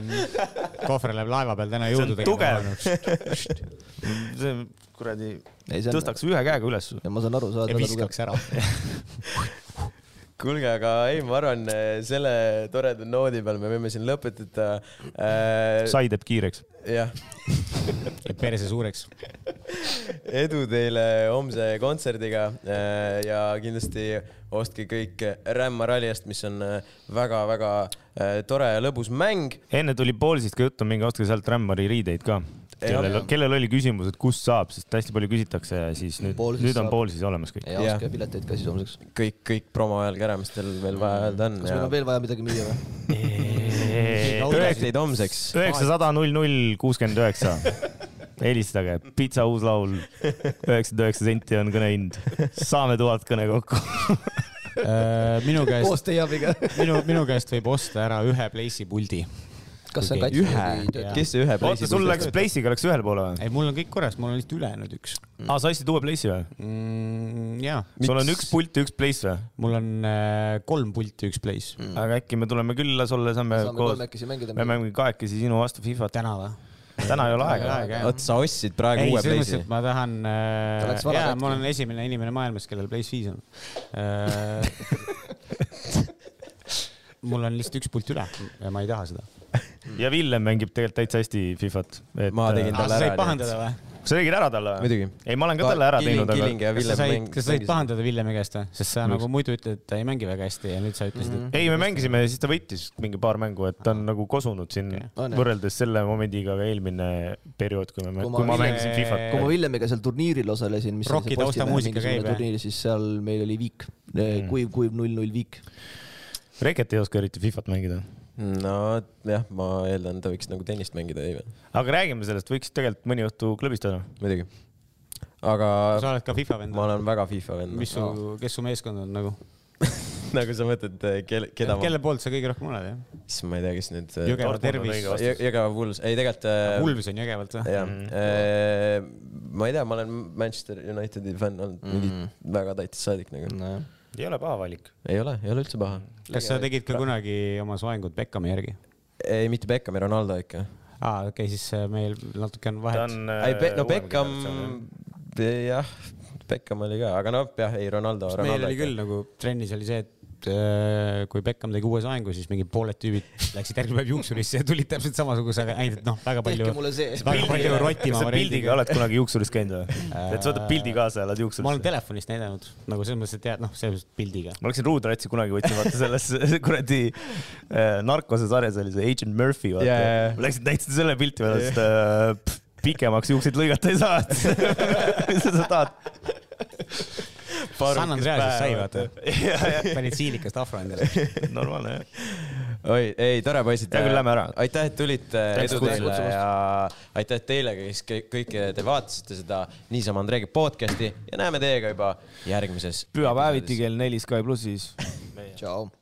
Speaker 3: kohver läheb laeva peal täna
Speaker 2: see on
Speaker 3: jõudu
Speaker 2: tugev
Speaker 3: tegema ..
Speaker 2: see on kuradi ,
Speaker 4: ei , see on ,
Speaker 2: tõstaks ühe käega üles .
Speaker 4: ma saan aru , sa
Speaker 3: ja
Speaker 4: oled väga tugev .
Speaker 3: viskaks ära .
Speaker 1: kuulge , aga ei , ma arvan , selle toreda noodi peal me võime siin lõpetada .
Speaker 4: Äh,
Speaker 2: sai teeb kiireks .
Speaker 1: jah ,
Speaker 3: perse suureks .
Speaker 1: edu teile homse kontserdiga äh, ja kindlasti ostke kõik Rämma ralliast , mis on äh, väga-väga äh, tore ja lõbus mäng
Speaker 2: enne tuli Poolsist ka juttu , minge ostke sealt Rämmari riideid ka . kellel , kellel oli küsimus , et kust saab , sest hästi palju küsitakse ja siis nüüd ,
Speaker 4: Poolsist
Speaker 2: nüüd on
Speaker 4: saab.
Speaker 2: Poolsis olemas kõik .
Speaker 4: ja oska pileteid ka siis homseks .
Speaker 1: kõik , kõik promo ajal ka ära , mis teil veel vaja öelda on
Speaker 4: kas meil on
Speaker 1: ja
Speaker 4: veel vaja midagi müüa või ?
Speaker 1: üheksateid homseks .
Speaker 2: üheksasada null null kuuskümmend üheksa . helistage , pitsa uus laul , üheksakümmend üheksa senti on kõnehind , saame tuhat kõne kokku .
Speaker 3: minu käest ,
Speaker 4: koos teie abiga .
Speaker 3: minu , minu käest võib osta ära ühe Place'i puldi .
Speaker 4: kas see on
Speaker 3: Okei.
Speaker 4: katki
Speaker 1: ühe
Speaker 4: või , töötab ?
Speaker 1: kes see ühe
Speaker 2: oota , sul läks Playsiga läks ühele poole või ?
Speaker 3: ei , mul on kõik korras , mul on lihtsalt ülejäänud üks
Speaker 2: aa , sa ostsid uue Playsi või ?
Speaker 3: mm, . jaa ,
Speaker 2: sul on üks pult ja üks Plays või ?
Speaker 3: mul on äh, kolm pulti , üks pleis mm. .
Speaker 2: aga äkki me tuleme külla sulle , saame
Speaker 4: saame
Speaker 2: koos ,
Speaker 4: kolmekesi mängida .
Speaker 2: me mängime kahekesi sinu vastu Fifat .
Speaker 3: täna või ?
Speaker 2: täna ei ole aega .
Speaker 1: oot , sa ostsid praegu
Speaker 3: ei ,
Speaker 1: uue
Speaker 3: selles
Speaker 1: Playsi
Speaker 3: mõttes , et ? ma tahan
Speaker 4: Ta
Speaker 3: äh,
Speaker 4: läks , vara
Speaker 3: jaa ,
Speaker 4: katki.
Speaker 3: ma olen esimene inimene maailmas , kellel Plays viis on äh, . mul on lihtsalt üks pult üle ja ma ei taha seda .
Speaker 2: ja Villem mängib tegelikult täitsa hästi Fifat .
Speaker 1: Ma tegin
Speaker 3: aa ,
Speaker 1: talle
Speaker 3: Ah, sa
Speaker 1: ära,
Speaker 3: said
Speaker 1: nii
Speaker 3: pahandada või ?
Speaker 2: sa tegid ära talle või ?
Speaker 1: muidugi .
Speaker 2: ei , ma olen ka talle ära teinud , aga
Speaker 1: Killing ja
Speaker 3: kas sa
Speaker 1: Villem
Speaker 3: said ,
Speaker 1: mäng-
Speaker 3: kas sa said
Speaker 1: mängis-
Speaker 3: pahandada Villemi käest või ? sest sa
Speaker 2: Miks? Mm-hmm.
Speaker 3: nagu muidu ütled , et ta ei mängi väga hästi ja nüüd sa ütlesid mm , -hmm.
Speaker 2: ei , me mängisime ja siis ta võitis mingi paar mängu , et ta on nagu kosunud siin
Speaker 3: Okei.
Speaker 4: On, jah.
Speaker 2: võrreldes selle momendiga ka eelmine periood , kui me ,
Speaker 4: Kui ma
Speaker 2: kui ma
Speaker 4: ise-
Speaker 2: mängisin
Speaker 4: kui ma
Speaker 2: Fifat .
Speaker 4: Villemiga seal turniiril osalesin , mis
Speaker 3: Rocki taustamuusika käib, jah?
Speaker 4: turniir , siis seal meil oli viik
Speaker 2: Mm.
Speaker 4: mm. , kuiv , kuiv null-null viik .
Speaker 2: Reket ei oska eriti Fifat mängida .
Speaker 1: no jah , ma eeldan , ta võiks nagu tennist mängida , ei või ?
Speaker 2: aga räägime sellest , võiks tegelikult mõni õhtu klubis täna .
Speaker 1: muidugi . aga
Speaker 3: et sa oled ka FIFA vend
Speaker 1: ma . olen väga FIFA vend .
Speaker 3: mis su , kes su meeskond on nagu ?
Speaker 1: nagu sa mõtled , kelle , keda ma ,
Speaker 3: kelle poolt sa kõige rohkem oled jah ?
Speaker 1: siis ma ei tea , kes nüüd . äh,
Speaker 3: Jõgeva
Speaker 2: Dortmund on
Speaker 3: tervis
Speaker 2: õige . vastus.
Speaker 1: Jõgeva Wools , ei
Speaker 2: Ah,
Speaker 1: tegelikult .
Speaker 3: Ulvis on Jõgevalt või ?
Speaker 1: jah , ma ei tea , ma olen Manchester Unitedi fänn olnud mm.
Speaker 3: Mhm.
Speaker 1: väga täitsa saadik nagu .
Speaker 4: nojah ,
Speaker 2: ei ole paha valik .
Speaker 1: ei ole , ei ole üldse paha .
Speaker 3: kas sa tegid ka kunagi oma soengut Beckhami järgi ?
Speaker 1: ei , mitte Beckham ja Ronaldo ikka .
Speaker 3: aa , okei okay, , siis äh, meil natuke on
Speaker 2: ta
Speaker 3: vahet .
Speaker 2: on . äh,
Speaker 1: ei , no Beckham , jah , Beckham oli ka , aga noh , jah , ei Ronaldo .
Speaker 3: meil oli küll nagu trennis oli see , et äh, kui Beckham tegi uue soengu , siis mingid pooled tüübid läksid järgmine päev juuksurisse ja tulid täpselt samasuguse , aga ainult et noh , väga palju
Speaker 4: tehke , mulle see .
Speaker 3: väga palju rotima
Speaker 2: kas sa pildiga
Speaker 3: variandiga .
Speaker 2: oled kunagi juuksuris käinud või ? et sa võtad pildi kaasa ja lähed
Speaker 3: ma olen
Speaker 2: juuksurisse ?
Speaker 3: telefonist näidanud nagu selles mõttes , et jah , noh , selles mõttes et pildiga .
Speaker 2: ma läksin Ruudratsi kunagi võtsin , vaata selles kuradi äh, narkose sarjas oli see Agent Murphy , vaata
Speaker 1: Jaa, jaa, jaa.
Speaker 2: ma läksin täitsa selle pilti peale , sest äh, pff, pikemaks juukseid lõigata ei saa . mis sa sa tahad ?
Speaker 3: San Andreases sai vaata ,
Speaker 2: jaa , jaa ,
Speaker 3: panid siilikast afro endale .
Speaker 2: normaalne jah .
Speaker 1: oi , ei , tore poisid .
Speaker 2: Hea küll, lähme ära.
Speaker 1: aitäh , et tulite , edu
Speaker 2: kutsumast.
Speaker 1: teile ja aitäh teile , kes kõ- kõik te vaatasite seda Niisama Andreegi podcast'i ja näeme teiega juba järgmises .
Speaker 2: pühapäeviti kell neli Sky plussis
Speaker 4: tšau .